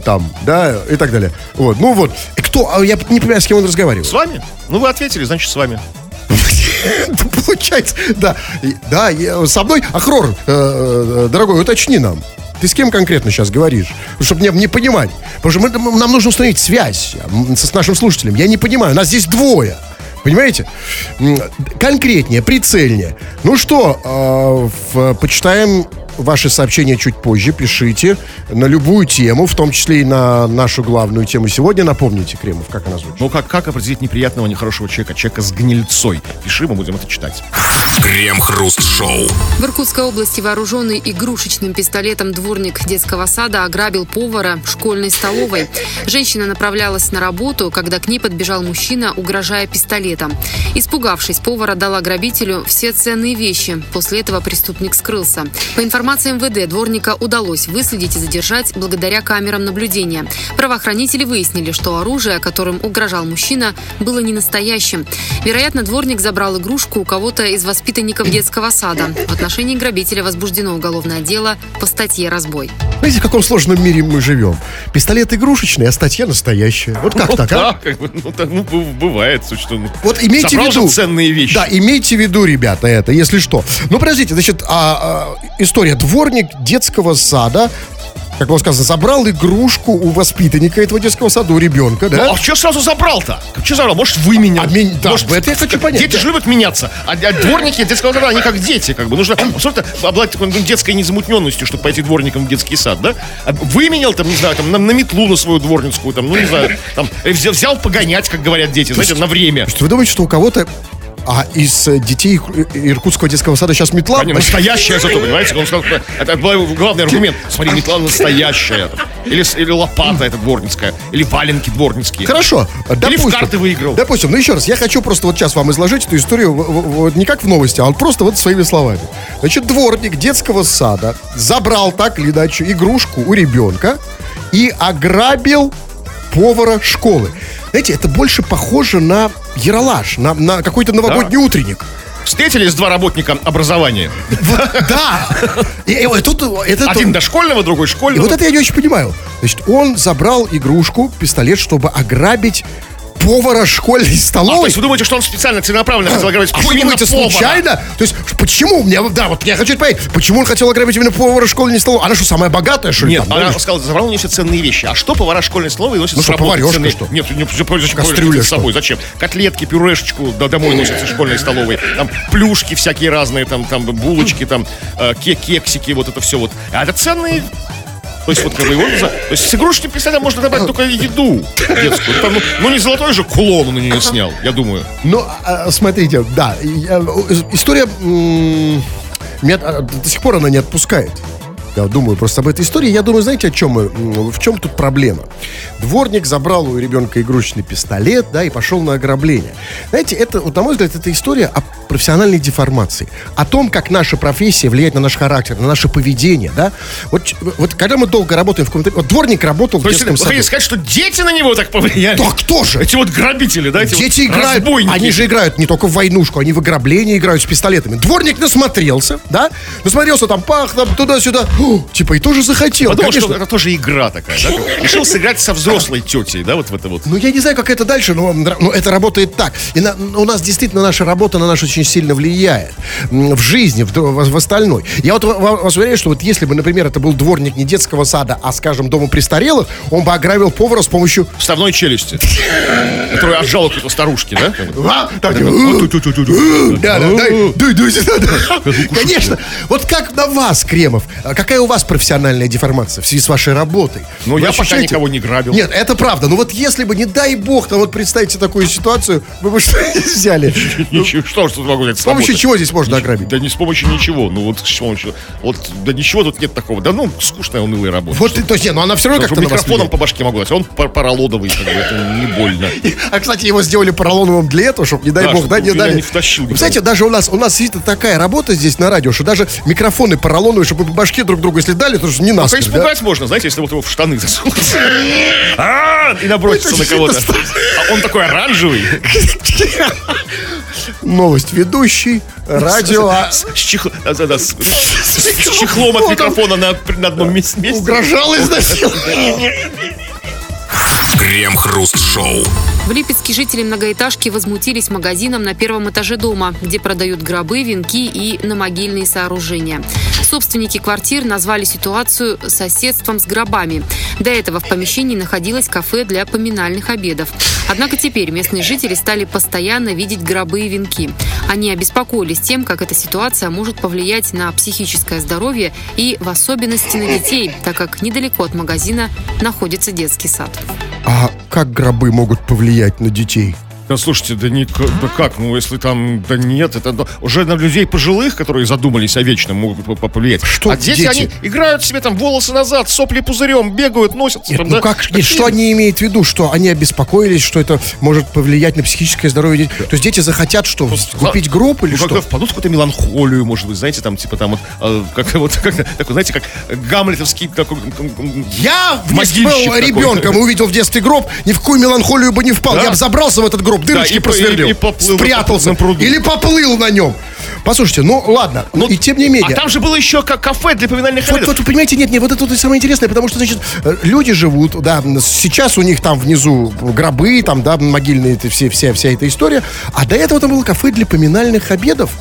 S3: там, да, и так далее. Вот, ну вот. И Кто, а я не понимаю, с кем он разговаривает.
S2: С вами? Ну, вы ответили, значит, с вами.
S3: (laughs) Да, Получается, да. И- Да, я- со мной, Ахрор, э, э, дорогой, уточни нам. Ты с кем конкретно сейчас говоришь? Чтобы не, не понимать. Потому что мы- мы- нам нужно установить связь м, с, с нашим слушателем. Я не понимаю, нас здесь двое. Понимаете? М, Конкретнее, прицельнее. Ну что, э, в- почитаем ваши сообщения чуть позже. Пишите на любую тему, в том числе и на нашу главную тему сегодня. Напомните, Кремов, как она звучит.
S2: Ну, как, как определить неприятного, нехорошего человека? Человека с гнильцой. Пиши, мы будем это читать.
S1: Крем-хруст-шоу.
S4: В Иркутской области вооруженный игрушечным пистолетом дворник детского сада ограбил повара в школьной столовой. Женщина направлялась на работу, когда к ней подбежал мужчина, угрожая пистолетом. Испугавшись, повар отдал ограбителю все ценные вещи. После этого преступник скрылся. По информации МВД, дворника удалось выследить и задержать благодаря камерам наблюдения. Правоохранители выяснили, что оружие, которым угрожал мужчина, было не настоящим. Вероятно, дворник забрал игрушку у кого-то из воспитанников детского сада. В отношении грабителя возбуждено уголовное дело по статье «Разбой».
S3: Знаете, в каком сложном мире мы живем? Пистолет игрушечный, а статья настоящая. Вот как так, а?
S2: Да, как бы, ну, так, ну, б- бывает, ну, с учетом-
S3: Вот имейте
S2: Собрал
S3: в виду.
S2: же ценные вещи.
S3: Да, имейте в виду, ребята, это, если что. Ну, подождите, значит, а, а, история. Дворник детского сада, как было сказано, забрал игрушку у воспитанника этого детского сада, у ребенка, да?
S2: Ну, а что сразу забрал-то? Как что забрал? Может, вы меня?
S3: А мен- да,
S2: Может,
S3: в это я хочу
S2: как-
S3: понять,
S2: Дети
S3: да.
S2: же любят меняться. А, а дворники детского сада, они как дети, как бы. Нужно абсолютно обладать такой ну, детской незамутненностью, чтобы пойти дворником в детский сад, да? А Выменял там, не знаю, там на, на метлу на свою дворницкую, там, ну, не знаю, там, э, взял, взял погонять, как говорят дети, знаете, на время.
S3: То есть вы думаете, что у кого-то а, из э, детей Ирку- Иркутского детского сада сейчас метла?
S2: Они настоящая зато, понимаете? Он сказал, э, это был главный аргумент. Смотри, метла настоящая. Или, с- или лопата эта дворницкая. Или валенки дворницкие.
S3: Хорошо.
S2: Или в карты выиграл.
S3: Допустим, ну еще раз, я хочу просто вот сейчас вам изложить эту историю в- в- вот не как в новости, а вот просто вот своими словами. Значит, дворник детского сада забрал так или иначе игрушку у ребенка и ограбил повара школы. Знаете, это больше похоже на яролаж, на, на какой-то
S2: (laughs)
S3: новогодний утренник.
S2: Встретились два работника образования.
S3: Вот, да. И, и вот тут это
S2: Один дошкольного, другой
S3: и
S2: школьного.
S3: вот это я не очень понимаю. Значит, он забрал игрушку, пистолет, чтобы ограбить повара школьной
S2: А, то
S3: столовой.
S2: есть вы думаете, что он специально
S3: (clears throat)
S2: целенаправленно хотел ограбить
S3: А что,
S2: именно
S3: думаете,
S2: повара?
S3: случайно? То есть, ш- почему? Мне, да, вот я хочу это понять, почему он хотел ограбить именно повара школьной столовой? Она что, самая богатая, что ли?
S2: Нет,
S3: там,
S2: она
S3: или
S2: сказала, забрал у нее все ценные вещи. А что повара школьной столовой носят
S3: Ну
S2: с
S3: что,
S2: работы
S3: поварёшка,
S2: ценные?
S3: что?
S2: Нет, не, зачем
S3: Кастрюля
S2: кастрюля с
S3: что?
S2: собой, зачем? Котлетки, пюрешечку да, домой носят со школьной столовой. Там плюшки всякие разные, там, там булочки, там э, ке- кексики, вот это все вот. А это ценные то есть вот как бы его за- То есть с игрушечным пистолетом можно добавить только еду детскую. Там, ну, ну, не золотой же кулон он на нее снял, я думаю.
S3: Ну, а, смотрите, да, я- э, история м, меня а, до сих пор она не отпускает. Я думаю просто об этой истории. Я думаю, знаете, о чем мы, м, в чем тут проблема? Дворник забрал у ребенка игрушечный пистолет, да, и пошел на ограбление. Знаете, это, вот, на мой взгляд, это история о профессиональной деформации, о том, как наша профессия влияет на наш характер, на наше поведение, да. Вот, ч- вот когда мы долго работаем в каком-то... Вот дворник работал
S2: То
S3: в
S2: есть
S3: детском
S2: вы хотите
S3: саду.
S2: сказать, что дети на него так повлияли?
S3: Да кто же?
S2: Эти вот грабители, да? Эти
S3: Дети
S2: вот
S3: играют,
S2: разбойники.
S3: они же играют не только в войнушку, они в ограбление играют с пистолетами. Дворник насмотрелся, да? Насмотрелся там пах, там туда-сюда. О, типа и тоже захотел,
S2: Подумал,
S3: конечно.
S2: что это тоже игра такая, да? как Решил сыграть со взрослой тетей, да, вот в это вот.
S3: Ну, я не знаю, как это дальше, но, м, но это работает так. И на- у нас действительно наша работа на нас очень сильно влияет. М, В жизни, в, д- в- в остальной. Я вот ва- вас уверяю, что вот если бы, например, это был дворник не детского сада, а, скажем, дома престарелых, он бы ограбил повара с помощью...
S2: Вставной челюсти, которую отжал у какой-то старушки, да?
S3: «А, так,
S2: Вот
S3: э,
S2: вот, ту-ту-ту-ту.
S3: Да, да, дай, дуй, дуй сюда, да. (laughs) Конечно. Вот как на вас, Кремов, а какая у вас профессиональная деформация в связи с вашей работой?
S2: Ну,
S3: Вы
S2: я пока
S3: ощущаете-
S2: никого не грабил.
S3: Нет, это правда. Но вот если бы, не дай бог, там вот представьте такую ситуацию, вы бы (laughs) что взяли?
S2: Ничего, что ж тут могу сказать?
S3: С помощью чего здесь можно ограбить?
S2: Да не с помощью ничего, ну вот с помощью, вот, да ничего тут нет такого, да ну, скучная, унылая работа.
S3: Вот, ты- то есть, не, ну она все равно
S2: Потому
S3: как-то
S2: что
S3: на вас
S2: микрофоном
S3: влияет.
S2: по башке могу дать, а он пар- поролоновый, как бы, это не больно.
S3: А, кстати, его сделали поролоновым для этого, чтобы, не дай
S2: Да,
S3: бог, да,
S2: чтобы
S3: не
S2: меня
S3: дали.
S2: не втащил никто.
S3: Знаете, даже у нас, у нас действительно такая работа здесь на радио, что даже микрофоны поролоновые, чтобы по башке друг другу, если дали, то что не нас.
S2: Только испугать можно, знаете, если вот его в штаны засунуть.
S3: (laughs)
S2: А, И наброситься
S3: Это
S2: на кого-то.
S3: действительно
S2: А он такой оранжевый.
S3: Новость ведущий, радио... а-
S2: С, чехл- да, да, да, с- с чехлом от микрофона на, на одном мес- месте.
S3: Угрожал изнасиловать.
S1: Крем-хруст-шоу.
S4: В Липецке жители многоэтажки возмутились магазином на первом этаже дома, где продают гробы, венки и намогильные сооружения. Собственники квартир назвали ситуацию соседством с гробами. До этого в помещении находилось кафе для поминальных обедов. Однако теперь местные жители стали постоянно видеть гробы и венки. Они обеспокоились тем, как эта ситуация может повлиять на психическое здоровье и в особенности на детей, так как недалеко от магазина находится детский сад.
S3: А как гробы могут повлиять на детей?
S2: Да Ну, слушайте, да, не, к- да как, ну если там, да нет, это да, уже на людей пожилых, которые задумались о вечном, могут по- по- повлиять.
S3: Что
S2: а дети,
S3: дети?
S2: они играют себе там волосы назад, сопли пузырем, бегают, носятся.
S3: Нет,
S2: там,
S3: ну
S2: да.
S3: как,
S2: Такие
S3: нет, что они имеют в виду? Что они обеспокоились, что это может повлиять на психическое здоровье детей? То есть дети захотят что, купить гроб или
S2: Ну, когда
S3: что?
S2: впадут в какую-то меланхолию, может быть, знаете, там, типа, там, вот, э, как, вот, (laughs) как, такой, знаете, как гамлетовский такой... м, м, м,
S3: Я вместе
S2: могильщик
S3: был
S2: такой.
S3: ребенком и увидел в детстве гроб, ни в какую меланхолию бы не впал.
S2: Да?
S3: Я бы забрался в этот гроб, дырочки
S2: и по-
S3: просверлил,
S2: и- и поплыл на-
S3: спрятался
S2: на пруду.
S3: или поплыл на нем. Послушайте, ну ладно,
S2: Ну,
S3: и тем не менее.
S2: А там же было еще ка- кафе для поминальных
S3: Вот,
S2: обедов.
S3: вот, понимаете, нет, нет, вот это вот и самое интересное, потому что, значит, э, люди живут, да, м, сейчас у них там внизу гробы, там, да, могильные, это все, вся, вся эта история, а до этого там было кафе для поминальных обедов.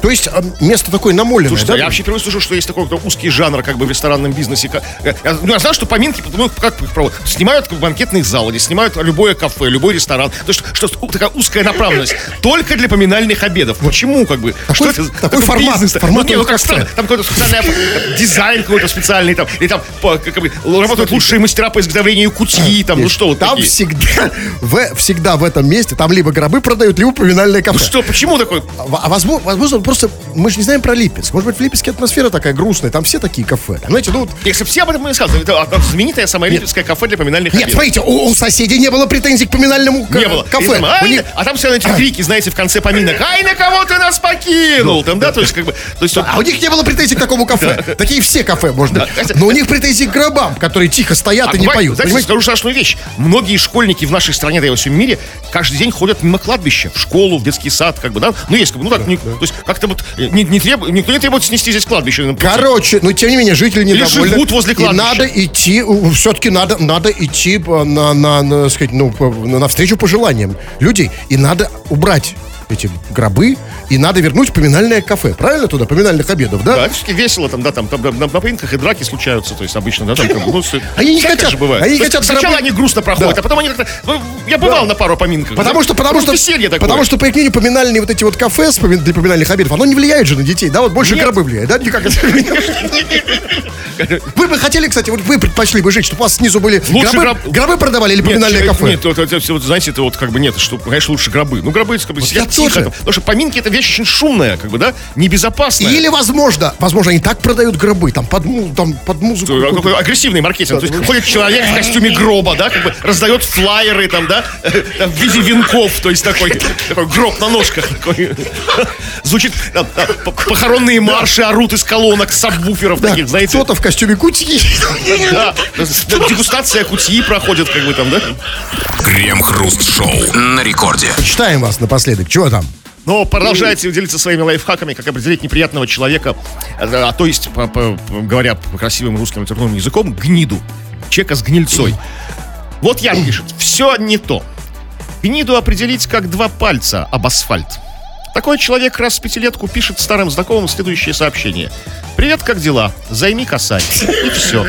S3: То есть э, место такое намоленное,
S2: Слушайте,
S3: Ну, да?
S2: я вообще впервые слышу, что есть такой какой-то узкий жанр как бы в ресторанном бизнесе. Как- Я, ну, я знаю, что поминки, ну, как их проводят? Снимают как банкетные залы, или снимают любое кафе, любой ресторан. То есть, что у- такая узкая направленность. Только для поминальных обедов. Почему, как бы?
S3: Такой-
S2: что это за-
S3: такой
S2: такой
S3: формат-
S2: бизнес-то?
S3: формат
S2: ну, не, ну,
S3: этого
S2: как
S3: кафе.
S2: странно. Там какой-то специальный э, дизайн какой-то специальный, там, или там по- как бы, работают лучшие мастера по изготовлению кутьи, там, ну
S3: Нет,
S2: что вот
S3: А, там
S2: такие.
S3: всегда, (laughs) в, всегда в этом месте, там либо гробы продают, либо поминальное кафе.
S2: Ну, Что, почему такой?
S3: В- А возможно, возможно, просто мы же не знаем про Липецк. Может быть, в Липецке атмосфера такая грустная, там все такие кафе. Там, знаете, ну вот
S2: Если бы все об этом и сказали, это одно знаменитое самое липецкое кафе для поминальных
S3: Нет,
S2: обедов.
S3: смотрите, у, у соседей не было претензий к поминальному ка-
S2: Не было. И
S3: кафе.
S2: там,
S3: У
S2: «Ай,
S3: них-
S2: А там все эти крики, знаете, в конце помина.
S3: (laughs)
S2: Ай, на кого ты нас покинул? Там, да, то есть, как бы. То есть,
S3: Ну, А у них не было претензий к такому кафе. Такие все кафе, можно.
S2: это- А
S3: Но у них претензии к гробам, которые тихо стоят и не
S2: бывает,
S3: поют.
S2: Знаете,
S3: понимаете?
S2: скажу страшную вещь. Многие школьники в нашей стране, да и во всем мире, каждый день ходят мимо кладбища. В школу, в детский сад, как бы, да? Ну, есть, как бы, ну так, не- то есть, как как-то вот э, не, не требу- никто не требует снести здесь кладбище. на пути.
S3: Короче, но тем не менее, жители недовольны.
S2: живут возле
S3: И
S2: кладбища.
S3: надо идти, все-таки надо, надо идти э, на, на, на, так сказать, ну, по- на- навстречу пожеланиям людей. И надо убрать эти гробы, и надо вернуть поминальное кафе. Правильно туда? Поминальных обедов, да?
S2: Да, все-таки весело там, да, там, там, на, на поинках и драки случаются, то есть обычно, да, там, как бы, ну, с-
S3: А Они не
S2: всякое
S3: хотят,
S2: же бывает.
S3: они
S2: То есть
S3: хотят
S2: Сначала
S3: заработать-
S2: они грустно проходят,
S3: Да.
S2: а потом они как-то, ну, я бывал на пару поминках.
S3: Потому
S2: да,
S3: что, потому
S2: Ну, просто
S3: что,
S2: веселье такое.
S3: потому что, по их мнению, поминальные вот эти вот кафе с помин- для поминальных обедов, оно не влияет же на детей, да? Вот больше
S2: Нет.
S3: гробы влияет, да? Никак Вы бы хотели, кстати, вот вы предпочли бы жить, чтобы у вас снизу были
S2: Лучше
S3: гробы,
S2: гроб-
S3: гробы продавали или
S2: Нет,
S3: поминальное
S2: э,
S3: кафе?
S2: Нет, вот, вот, вот, вот, знаете, это вот как бы нет, что, конечно, лучше гробы. Ну, гробы, как бы,
S3: Вот
S2: сидят
S3: я
S2: тихо.
S3: тоже.
S2: там, потому что поминки это вещь очень шумная, как бы, да, небезопасная.
S3: Или, возможно, возможно, они так продают гробы, там под, му- там, под музыку.
S2: Э,
S3: какую-то.
S2: какой агрессивный маркетинг. То есть ходит человек в костюме гроба, да, как бы раздает флайеры там, да, э, там, в виде венков, то есть такой, такой гроб на ножках такой. Звучит да, да, по- похоронные марши орут из колонок, сабвуферов
S3: Да,
S2: таких, знаете.
S3: Кто-то в костюме кутьи.
S2: Да, да, дегустация кутьи проходит, как бы там, да.
S1: Крем-хруст-шоу на рекорде.
S3: Читаем вас напоследок. Чего там?
S2: Но продолжайте делиться своими лайфхаками, как определить неприятного человека, а, а, то есть, по- по- по- говоря по красивым русским литературным языком, гниду. Чека с гнильцой. Вот я пишет, все не то. Гниду определить как два пальца об асфальт. Такой человек раз в пятилетку пишет старым знакомым следующее сообщение. «Привет, как дела? Займи косарь». И все.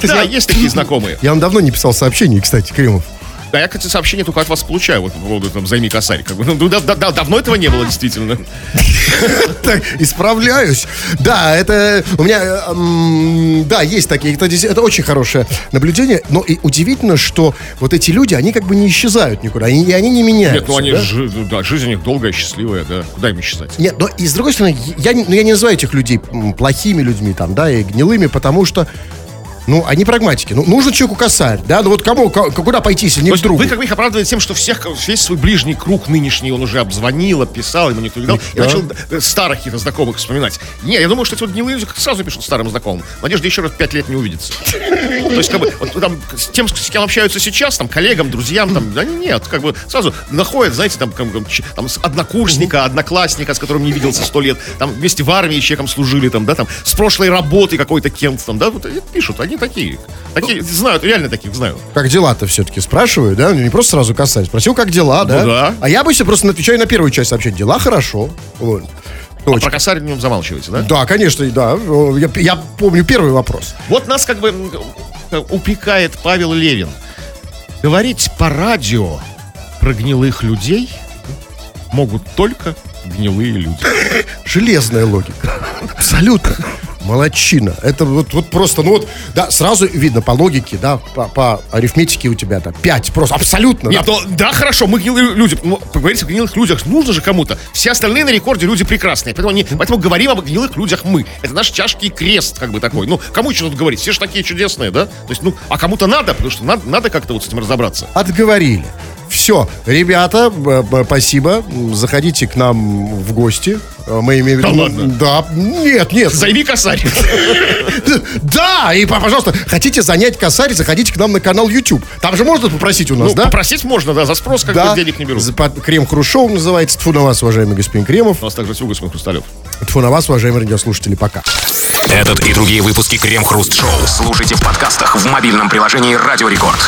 S2: Да, есть такие знакомые.
S3: Я вам давно не писал сообщений, кстати, Кремов.
S2: Да, я, кстати, сообщение только от вас получаю, вот по поводу там «займи косарь». Как бы, ну, да- да- да- давно этого не было, действительно.
S3: Так, (laughs) исправляюсь. Да, это у меня, э, м, да, есть такие. Кстати, Это очень хорошее наблюдение. Но и удивительно, что вот эти люди, они как бы не исчезают никуда, они- и они не меняются.
S2: Нет, ну они
S3: да?
S2: жи- ну да, жизнь у них долгая, счастливая, да. Куда им исчезать?
S3: Нет, но и с другой стороны, я, не- ну, я не называю этих людей м, плохими людьми, там, да, и гнилыми, потому что, ну, они прагматики. Ну, нужен человеку косарь, да, ну вот кому, ко- куда пойти, если не
S2: То
S3: к
S2: есть
S3: другу?
S2: вы как бы их оправдываете тем, что всех, весь свой ближний круг нынешний он уже обзвонил, описал, ему никто не дал. И
S3: Да.
S2: начал э, старых каких-то знакомых вспоминать. Не, я думаю, что эти вот гнилые люди сразу пишут старым знакомым. Надежда еще раз пять лет не увидится. То есть, как бы, вот там, с тем, с кем общаются сейчас, там, коллегам, друзьям, там, да нет, как бы сразу находят, знаете, там, как бы, ч- там, с- однокурсника, одноклассника, с которым не виделся сто лет, там, вместе в армии чеком служили, там, да, там, с прошлой работы какой-то кем-то, там, да, вот и пишут, они такие, такие, знают, реально таких знаю.
S3: Как дела-то все-таки спрашиваю, да? Не просто сразу касаюсь. Спросил, как дела, да?
S2: Ну да.
S3: А я обычно просто отвечаю на первую часть сообщения. Дела хорошо. Вот.
S2: А
S3: Точка.
S2: про косарь в нем замалчиваете, да?
S3: Да, конечно, да. Я, я помню первый вопрос.
S2: Вот нас как бы м, упрекает Павел Левин. Говорить по радио про гнилых людей могут только гнилые люди.
S3: Железная логика. Абсолютно. Молодчина. Это вот, вот просто, ну вот, да, сразу видно по логике, да, по, по арифметике у тебя там 5, просто абсолютно.
S2: Нет,
S3: да.
S2: ну, да, хорошо, мы гнилые люди. Ну, Поговорите о гнилых людях. Нужно же кому-то. Все остальные на рекорде люди прекрасные. Поэтому, они- поэтому говорим об гнилых людях мы. Это наш тяжкий крест, как бы такой. Ну, кому еще тут говорить? Все же такие чудесные, да? То есть, ну, а кому-то надо, потому что надо, надо как-то вот с этим разобраться.
S3: Отговорили. Все, ребята, б- б- спасибо. М, Заходите к нам в гости. Э, Мы имеем в
S2: Да
S3: виду-
S2: ладно?
S3: Да, нет, нет.
S2: Займи косарь.
S3: Да, и, па- пожалуйста, хотите занять косарь, заходите к нам на канал YouTube. Там же можно попросить у нас,
S2: Ну,
S3: да?
S2: попросить можно, да, за спрос как бы денег не берут.
S3: За под- Крем Хрушов называется. Тфу на вас, уважаемый господин Кремов.
S2: У нас также всего господин Хрусталев.
S3: Тфу на вас, уважаемые радиослушатели. Пока.
S1: Этот и другие выпуски Крем-хруст-шоу слушайте в подкастах в мобильном приложении Радио Рекорд.